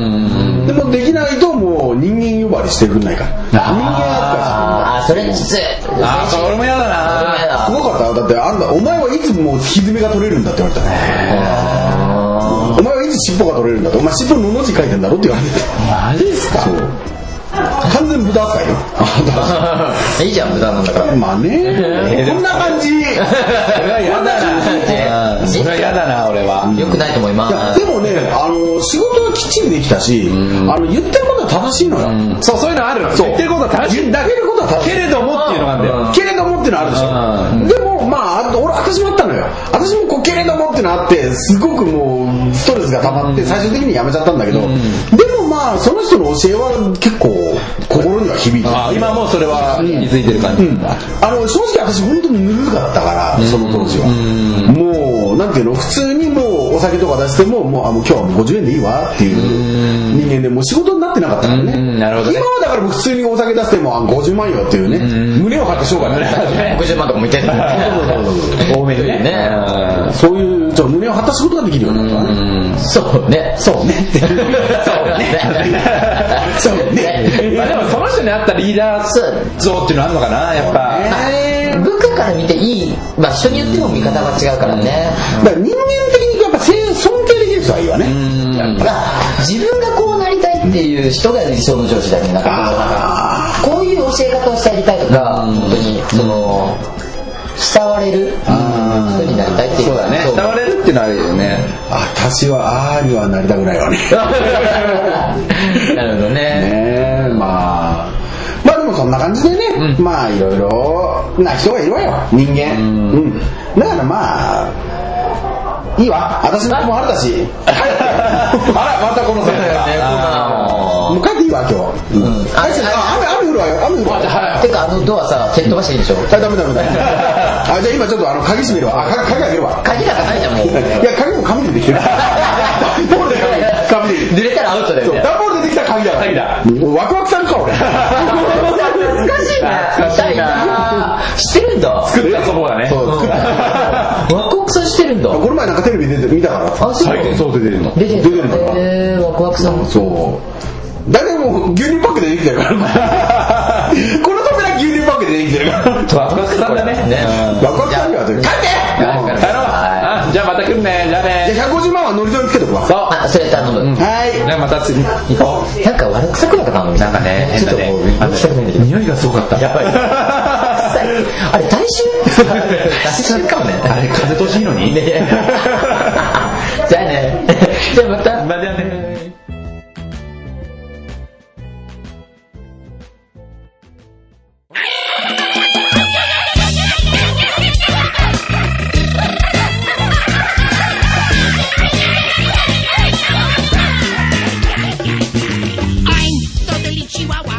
Speaker 3: でもできないともう人間呼ばわりしてくんないから人間
Speaker 1: あーそれきつい
Speaker 2: あーそれも嫌だ
Speaker 1: それも嫌
Speaker 2: な
Speaker 1: だ
Speaker 3: 扱いするすごかっただってあんたお前はいつもひずみが取れるんだって言われたお前はいつ尻尾が取れるんだってお前尻尾のの字書いてんだろって言われて
Speaker 2: マジっすか
Speaker 3: そう完全豚扱いよ
Speaker 1: いいじゃん、無駄なんだから。
Speaker 3: まあねこんな感じ
Speaker 2: それは嫌だなうんそれは嫌だな俺は
Speaker 1: よくないと思いま。
Speaker 3: いやですもねあの仕事はきっちりできたし、あの言ってることは正しいのよ、
Speaker 2: そうそういうのある言ってることは正しいんだ
Speaker 3: 言ってることは正し
Speaker 2: け
Speaker 3: い
Speaker 2: れどもっていうのがあるんだよ
Speaker 3: けれどもってのあるでしょ、でもまああと俺私もあったのよ私もこうけれどもってのあってすごくもうストレスが溜まって最終的にやめちゃったんだけど、でもまあその人の教えは結構心には響いてる
Speaker 2: あー今もうそれは気づいてる感じ、
Speaker 3: うんあの正直私本当にぬるかったからその当時はもうなんていうの普通にもうお酒とか出してももうあもう今日はもう50円でいいわっていう人間でもう仕事になってなかったからね
Speaker 2: うんなるほどね
Speaker 3: 今はだから僕普通にお酒出してもあ50万よっていうね胸を張ってしょうがない
Speaker 1: 60万とかもいてる。
Speaker 2: 多めにね
Speaker 1: ね。
Speaker 3: そういうちょっと胸を張った仕事ができるようになったね
Speaker 1: そうね。そうね。そうね。
Speaker 3: そうね
Speaker 2: まあでもその人に合ったリーダー
Speaker 1: そう
Speaker 2: 像っていうのあるのかなやっぱ、
Speaker 1: 部下から見ていい、まあ人によっても見方が違うからね。
Speaker 3: だから人間的にやっぱせ尊敬できる人はいいわねやっぱ
Speaker 1: まあ自分がこうなりたいっていう人が理想の上司だね。なんかこうこういう教え方をしてあげたいとか、本当に、その、慕われる人になりたいっていう
Speaker 2: そうだね慕われるっていうのはあるよね
Speaker 3: 私はああにはなりたくない わね
Speaker 1: なるほどね。
Speaker 3: ねえまあまあでもそんな感じでね、まあいろいろな人がいるわよ人間うん、だからまあいいわ私の子もあれだし
Speaker 2: あらまたこの先生あ
Speaker 3: もう帰っていいわ今日、うん、あいつあ雨雨降るわよ雨降るわよ
Speaker 1: てかあのドアさ、蹴っ飛ばしていいんでしょ
Speaker 3: あダメダメダメあじゃあ今ちょっとあの鍵閉めるわあ鍵鍵開けるわ
Speaker 1: 鍵なんかないじゃん、もう。
Speaker 3: いや鍵も紙でできてる段ボールで紙
Speaker 1: 濡
Speaker 3: で
Speaker 1: れたらアウトだ
Speaker 3: そ
Speaker 1: よ
Speaker 3: う
Speaker 1: ね。
Speaker 3: 段ボールでできた鍵だから
Speaker 2: 鍵だ
Speaker 3: うんワクワクさんか俺
Speaker 1: 懐かしいな。
Speaker 2: 懐かしいな
Speaker 1: 知ってるんだ。
Speaker 2: 作ったそこがね
Speaker 3: そう作った
Speaker 1: ワクワクさん知ってるんだ。
Speaker 3: この前なんかテレビ出て見たから
Speaker 1: あ、そう。
Speaker 2: 最近そう出てるの
Speaker 1: 出て
Speaker 3: 出てる
Speaker 1: る
Speaker 3: のかな
Speaker 1: えー、ワクワクさん。
Speaker 3: そう大体もう牛乳パックでできてるか らこの扉牛乳パックでできてるから
Speaker 2: ワクワクさんだねうん
Speaker 3: ワクワクさんには当てる帰って
Speaker 2: 帰ろうあじゃあまた来るねじゃあね
Speaker 3: じゃあ150万はノリゾにつけとくわは
Speaker 2: そう
Speaker 1: あ、それ頼む。
Speaker 3: い
Speaker 2: じゃあまた次行こう
Speaker 1: なんか悪臭くなかったのなんか
Speaker 2: ね
Speaker 1: ちょっともう、悪臭くないんだけど。
Speaker 2: 匂いがすごかった
Speaker 1: やばい。あれ、大衆大衆かもね。
Speaker 2: あれ風通しいいのに
Speaker 1: ねじゃあね。じゃあまた。
Speaker 2: まあじゃあね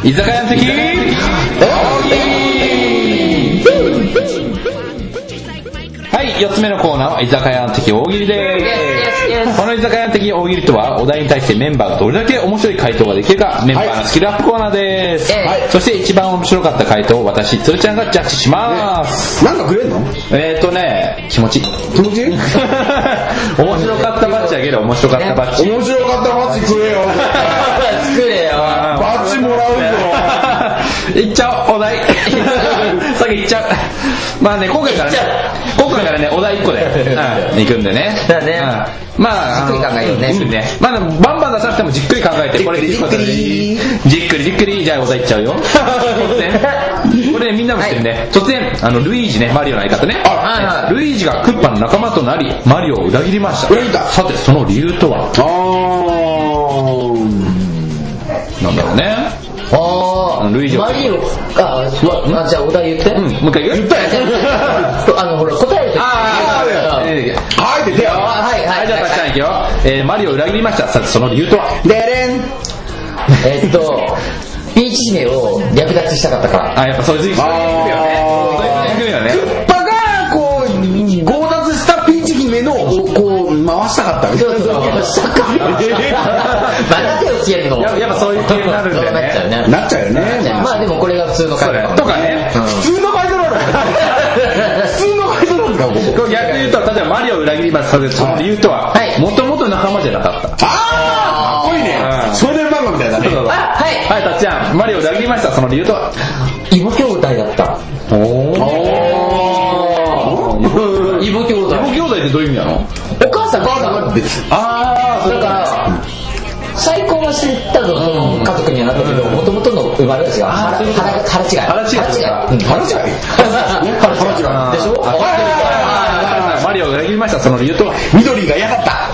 Speaker 2: 居酒屋の席はい、4つ目のコーナーは居酒屋の敵大喜利です。この居酒屋の敵大喜利とは、お題に対してメンバーがどれだけ面白い回答ができるか、メンバーのスキルアップコーナーです。
Speaker 3: はい
Speaker 2: そして一番面白かった回答を私、つるちゃんがジャッジします。
Speaker 3: なんかくれんの
Speaker 2: えーとね、気持ち。
Speaker 3: 気持ちいい
Speaker 2: 面白かったバッジあげる、面白かったバッジ。
Speaker 3: 面白かったバッチくれよ
Speaker 6: 作れよ。
Speaker 3: バッチもらうぞ
Speaker 2: いっちゃおう、お題。先いっちゃう。まあね、今回からね、今回からね、お題1個で、うん、いくんでね。
Speaker 6: だね
Speaker 2: うんまあ、
Speaker 1: じっくり考えようね
Speaker 2: んね。まあ、バンバン出さなくてもじっくり考えて、これ
Speaker 3: じっくり
Speaker 2: じっくりじっくり、じゃあお題いっちゃうよ。突然。これね、みんなも知ってるね。突然、あの、ルイージね、マリオの相方ね。
Speaker 1: はいはい
Speaker 2: ルイージがクッパの仲間となり、マリオを裏切りました。
Speaker 3: 裏切った
Speaker 2: さて、その理由とは
Speaker 3: あー
Speaker 2: なんだろうね。
Speaker 1: ああ
Speaker 2: ルイージ
Speaker 1: マリオあ そうあじゃあお題言って、
Speaker 2: うん、もう一回言う言ったよ
Speaker 1: あのほら答えると
Speaker 2: ああ、えー
Speaker 3: はい出てよ
Speaker 1: あはいは
Speaker 2: はい、
Speaker 1: い
Speaker 2: じゃあ、たくさんいくよ。えー、マリオを裏切りました。さて、その理由とは
Speaker 3: でれん
Speaker 1: えっとピーチ姫を略奪したかったから
Speaker 2: あ、やっぱそういう時期そういう時期よね。そういう時期よね。
Speaker 3: バがこう強奪したピーチ姫のをこう回したかったみたい
Speaker 1: そうそうそうまだ手をつけるの
Speaker 2: ややっぱそういう系になるんだよね
Speaker 1: そうなっちゃうね
Speaker 3: ななっちゃうよね
Speaker 1: まあでもこれが普通の回答
Speaker 2: とかね。
Speaker 3: 普通のバイトなの普通のバイトなんだここ
Speaker 2: こう逆に言うと、例えばマリオを裏切りました。さて、その理由とは
Speaker 1: は、い
Speaker 2: もともと仲間じゃなかった。
Speaker 3: ああかっこいい
Speaker 2: うん
Speaker 3: ね少年漫画みたいだね
Speaker 2: そうそう
Speaker 1: あはい
Speaker 2: はい、たっちゃん、マリオを裏切りました。その理由とは
Speaker 1: イボ兄弟だった
Speaker 2: おお
Speaker 1: イボ兄弟
Speaker 2: イボ兄弟ってどういう意味なの
Speaker 1: お母さんが
Speaker 3: 別に
Speaker 2: ああ、そ
Speaker 1: だから再婚はしてたぞ家族にはなったけどもともとの生まれが違う腹腹が腹違い
Speaker 2: 腹違い
Speaker 1: 腹違いうん
Speaker 3: 話がいい腹違い
Speaker 2: でしょマリオを裏切りました。その理由とは
Speaker 3: 緑が嫌だった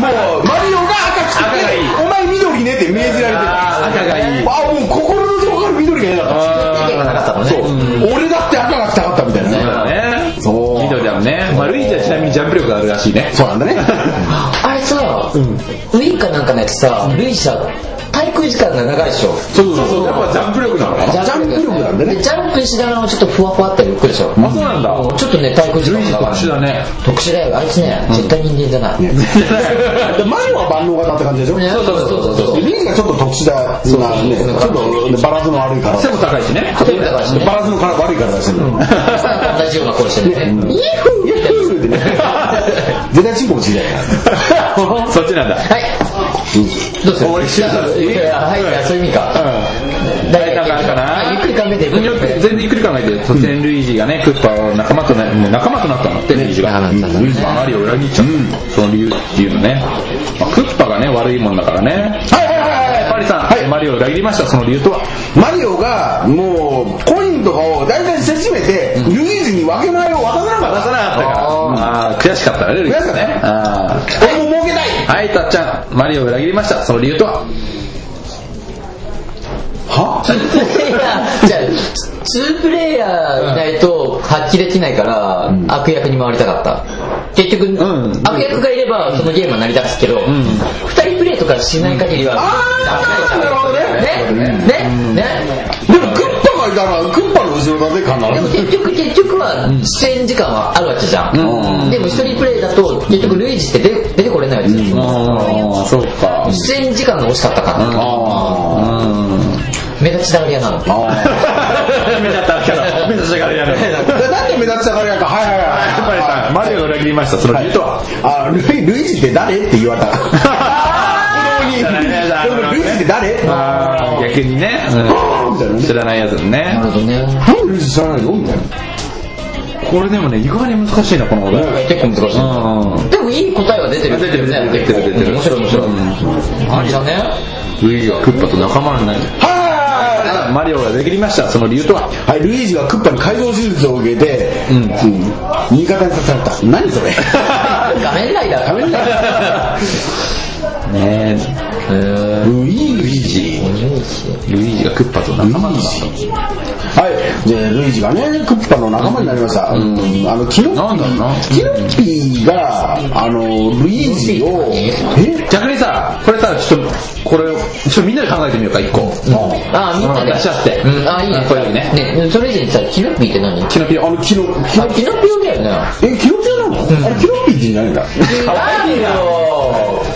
Speaker 3: もうマリオが赤
Speaker 2: 赤
Speaker 3: く
Speaker 2: がいい
Speaker 3: てお前緑ねって命じられてる
Speaker 2: あー赤がいい
Speaker 3: あもう心の底から緑が嫌だった
Speaker 1: 意見がなかったもんね
Speaker 3: そう俺だって赤が着たかったみたいな
Speaker 2: そ
Speaker 3: ね
Speaker 2: うだね。
Speaker 3: そう
Speaker 2: 緑だもんね。まあ、ルイージはちなみにジャンプ力があるらしいね。
Speaker 3: そう なんだね
Speaker 1: あれさ、ウインかなんかのやつさ、ルイシャ、滞空時間が長いでしょ。
Speaker 2: そうそうそう。やっぱジャンプ力なのか
Speaker 3: ジャンプ力なんだね
Speaker 1: でジャンプしながらもちょっとふわふわって浮くでしょ。
Speaker 2: あ、そうなんだ。
Speaker 1: ちょっとね、滞空時
Speaker 2: ルイージ
Speaker 1: 間が
Speaker 2: 特
Speaker 1: 長い。
Speaker 2: 殊だね。
Speaker 1: 特殊だよ。あいつね、絶対人間じゃない。
Speaker 3: でマリオは万能型って感じでしょ
Speaker 1: そうそうそうそうそう。
Speaker 3: リーがちょっと特殊だそうなねちょっとバランスの悪いから
Speaker 2: 背も高いし ね。
Speaker 1: 例えばだからね
Speaker 3: バランスの悪いからだしね
Speaker 1: 同じような声してるね。
Speaker 3: イエフイエフ ってね絶対チンコもちいだよ
Speaker 2: そっちなんだ。
Speaker 1: はい。どうする
Speaker 2: 俺知らない
Speaker 1: いやはい、じゃあそういう意味か。
Speaker 2: 誰かかな
Speaker 1: あゆっくり考えてる。
Speaker 2: よく全然ゆっくり考えて、突然ルイージがね、クッパを仲間とな、もう仲間となったんだって、ルイージが。
Speaker 1: 仲間となったんだね
Speaker 2: ルイージがマリオを裏切っちゃった。その理由っていうのね。まあクッパがね、悪いもんだからね。
Speaker 3: はいはいはいはい
Speaker 2: パリさん、
Speaker 3: はい
Speaker 2: マリオを裏切りました。その理由とは
Speaker 3: マリオがもうコインとかを大体せしめてルイージに分け前を渡さなかった
Speaker 2: あー悔しかったね、ルイージが
Speaker 3: 悔しか
Speaker 2: ね。
Speaker 3: っ
Speaker 2: あー
Speaker 3: 俺も儲けたい
Speaker 2: はい、たっちゃん、マリオを裏切りました。その理由とは
Speaker 3: はい
Speaker 1: やじゃあ、ツープレイヤーいないと発揮できないから、悪役に回りたかった。結局、
Speaker 2: ん
Speaker 1: 悪役がいれば、そのゲームは成り立つけど、二、人プレイとかしない限りは、
Speaker 3: あー
Speaker 1: ね、ね、ね、
Speaker 3: でもクッパがいたらクッパの後ろだぜ
Speaker 1: でも
Speaker 3: 必ず
Speaker 1: 結局、結局は、出演時間はあるわけじゃん。でも一人プレイだと、結局、ルイージって出出てこれないわけですよ。
Speaker 2: ああ、そうか。
Speaker 1: 出演時間が惜しかったから、
Speaker 2: あ
Speaker 1: 目立ちだがり屋なの。
Speaker 2: あ。目立ったキャラ。目立ったキャラやる。
Speaker 3: でなんで目立ちたがりやかはいはい
Speaker 2: マリ
Speaker 3: は
Speaker 2: さん、マリオが裏切りました。その理由とはい
Speaker 3: あルイルイージって誰って言われた子供にでもルイージって誰
Speaker 2: あー逆にね、
Speaker 3: みたいな
Speaker 2: うん
Speaker 3: ね
Speaker 2: 知らないやつね
Speaker 1: なるほどね。
Speaker 3: なんでルイージ知らないのみたいな
Speaker 2: これでもね意外に難しいなこのお題
Speaker 1: 結構難しい。
Speaker 2: う
Speaker 1: でもいい答えは出てる
Speaker 2: 出てる出てる出てる出てる
Speaker 1: 面白い面白い。ありだね。
Speaker 2: んルイージがクッパと仲間になり
Speaker 3: はいはいはいはい
Speaker 2: マリオが裏切りましたその理由とは
Speaker 3: はい、ルイージはクッパに改造手術を受けて、うん、味方に刺された。何それ
Speaker 1: 画面内だ。
Speaker 3: 仮面ライダー
Speaker 2: ねえルイージルイージがクッパと仲間になった
Speaker 3: はい、でルイージがねクッパの仲間になりました、あのキノ
Speaker 2: なんだろうな
Speaker 3: ピキノピがあのルイージをえ
Speaker 2: 逆にさこれさちょっとこれちょっとみんなで考えてみようか一個
Speaker 1: あみんなで
Speaker 2: 出し合って
Speaker 1: うんあいいね
Speaker 2: これよりね
Speaker 1: ねそれ以前にさキノピーって何あ
Speaker 2: キノピオ
Speaker 3: あのキノキノ
Speaker 1: キノピオだよね
Speaker 3: えキノピなの、あれキノピーってじゃないんだ
Speaker 1: 可愛いよ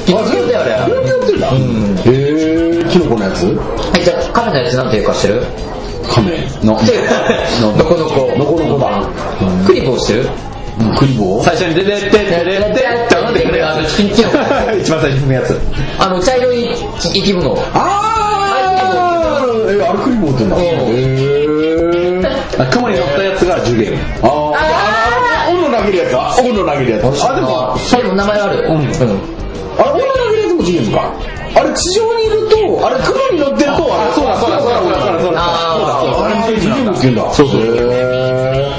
Speaker 1: キノピオだよ
Speaker 3: キ
Speaker 1: ね
Speaker 3: ノピって言うんだ、へえキノコのやつ
Speaker 1: えじゃあカメのやつなんていうかしてる
Speaker 3: カメ
Speaker 2: の
Speaker 1: ていうか どこどこ
Speaker 3: ノコノコだ
Speaker 1: クリボーしてる
Speaker 3: クリボー
Speaker 2: 最初に「ででででででって飲んでくれよ
Speaker 1: あのチキンチキン
Speaker 2: 一番最初のやつ
Speaker 1: あの茶色い生き物
Speaker 3: あーえあれクリボーって言うんだへえ
Speaker 2: あ雲に乗ったやつがジュゲーム
Speaker 3: あーあー斧投げるやつは斧投げるやつあでも
Speaker 1: あでも名前あるうん
Speaker 3: あれ、女投げるやつも事件か。あれ、地上にいると、あれ、雲に乗ってると、あれ、そうだ、そうだ、そうだ、そうだ、そうだ、
Speaker 1: あ
Speaker 3: あれ、事件って言うんだ。
Speaker 2: そうそう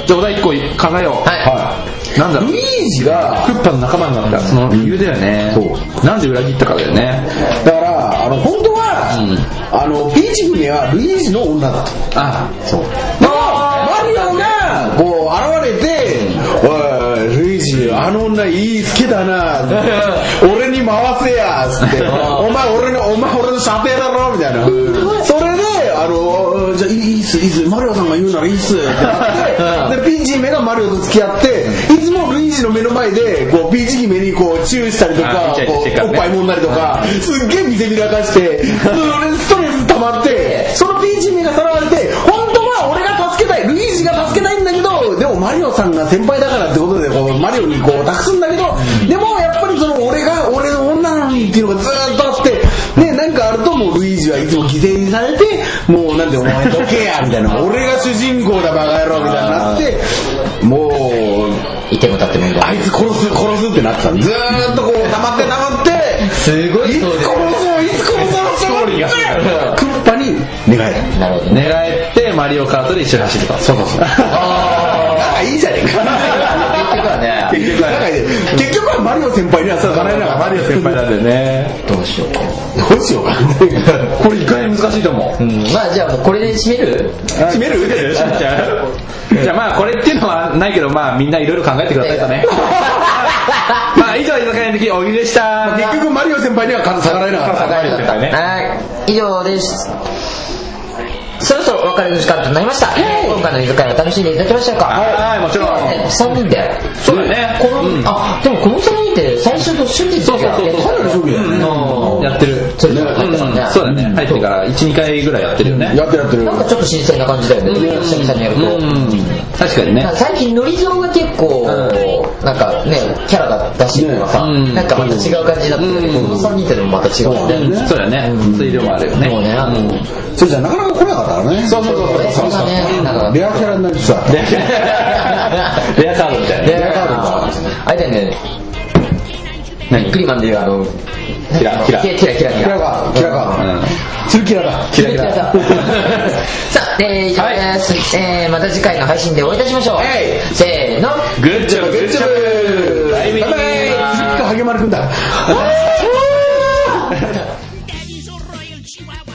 Speaker 2: じゃあお題一個考えよう
Speaker 1: あはい
Speaker 2: はいなんだろう
Speaker 3: ルイージが
Speaker 2: ク、ッパの仲間になったその理由だよね
Speaker 3: そう
Speaker 2: なんで裏切ったかだよね
Speaker 3: だから、あの、本当は、あの、ピーチ姫はルイージの女だと。
Speaker 2: あ
Speaker 3: そう。でも、マリオが、こう、現れて、おいおい、ルイージ、あの女いい好きだな、 俺に回せや、つって、お前俺の、お前俺の射程だろ、みたいな。それで、あの、じゃあいいいいっす、いいっす、マリオさんが言うならいいっす、ってなってで、ピーチ姫がマリオと付き合って、いつもルイージの目の前で、こう、ピーチ姫にこう、チューしたりとか
Speaker 2: あ、イチャイチャ
Speaker 3: こ
Speaker 2: してから
Speaker 3: う、
Speaker 2: ね
Speaker 3: おっぱい揉んだりとか、すっげえ見せびらかして、それストレス溜まって、そのピーチ姫がさらわれて、本当は俺が助けたい、ルイージが助けたいんだけど、でもマリオさんが先輩だからってことで、こうマリオにこう託すんだけど、でもやっぱりその俺が、俺の女なのにっていうのがずーっとあって、ね、なんかあるともうルイージはいつも犠牲にされて、もうなんでお前どけや、みたいな。 俺が主人公だバカ野郎みたいになって、もう、
Speaker 1: いてもたってもいいんだ
Speaker 3: あいつ殺す殺すってなってたんずーっとこう溜まって溜まって
Speaker 1: すごい
Speaker 3: いつ殺そういつ殺そうってなってクッパに願え
Speaker 1: なるほど
Speaker 2: 寝
Speaker 1: ね
Speaker 2: 返ってマリオカートで一緒に走ると
Speaker 3: そうそうそう仲いいじゃねえか
Speaker 1: 結局はね
Speaker 3: 結局は仲いい結局はマリオ先輩にはさかないな
Speaker 2: マリオ先輩なんでね
Speaker 1: どうしようか
Speaker 3: どうしようか
Speaker 2: これ意外に難しいと思う
Speaker 1: うんまあじゃあもうこれで締める
Speaker 3: 決める
Speaker 2: じゃあじゃあまあこれっていうのはないけどまあみんないろいろ考えてくださいとねまあ以上居酒屋の時小木でした
Speaker 3: 結局マリオ先輩には逆らえなかった
Speaker 2: マリオ先輩ね
Speaker 1: はい以上ですそろそろお別れの時間となりました今回の居酒屋を楽しんでいただきましたか
Speaker 2: はいもちろん
Speaker 1: 3人で
Speaker 2: そうだね
Speaker 1: この、
Speaker 2: うん
Speaker 1: あでもこの3人って最初と初期そうそう
Speaker 2: そうそう
Speaker 1: そ
Speaker 3: そうだよね
Speaker 1: うん
Speaker 2: やってる
Speaker 1: それぞれ入ったからね
Speaker 2: そうだね入ってから12回ぐらいやってるよね
Speaker 3: やってるやってる
Speaker 1: なんかちょっと新鮮な感じだよね久々にやる
Speaker 2: う
Speaker 1: と、
Speaker 2: ん確かにね
Speaker 1: なんか最近ノリゾーが結構、なんかねキャラが出してるのがさ、
Speaker 2: うん
Speaker 1: なんかまた違う感じだったけど、この3人ってのもまた違うんだよね、
Speaker 2: そうだね水量もあるよね
Speaker 1: もうね、あの、
Speaker 3: それじゃなかなか来なかったからねそうそうそう
Speaker 1: そんなね、なんか、
Speaker 3: レアキャラになりつつあった
Speaker 2: レアカードみたいな
Speaker 1: レアカードもあるんですねあれだよね、ビックリマンでいうあの、
Speaker 2: キラキラ
Speaker 1: キラキラキラキ
Speaker 3: キラ
Speaker 1: ラ。
Speaker 3: がキラがツルキラが
Speaker 2: キラ キラ
Speaker 1: さあ、えー、以上です、えー、また次回の配信でお会いいたしましょう。せーの。
Speaker 2: グッジョブグッジョブバイビー
Speaker 3: ハゲマルくんだ。
Speaker 7: Daddy's a royal chihuahua.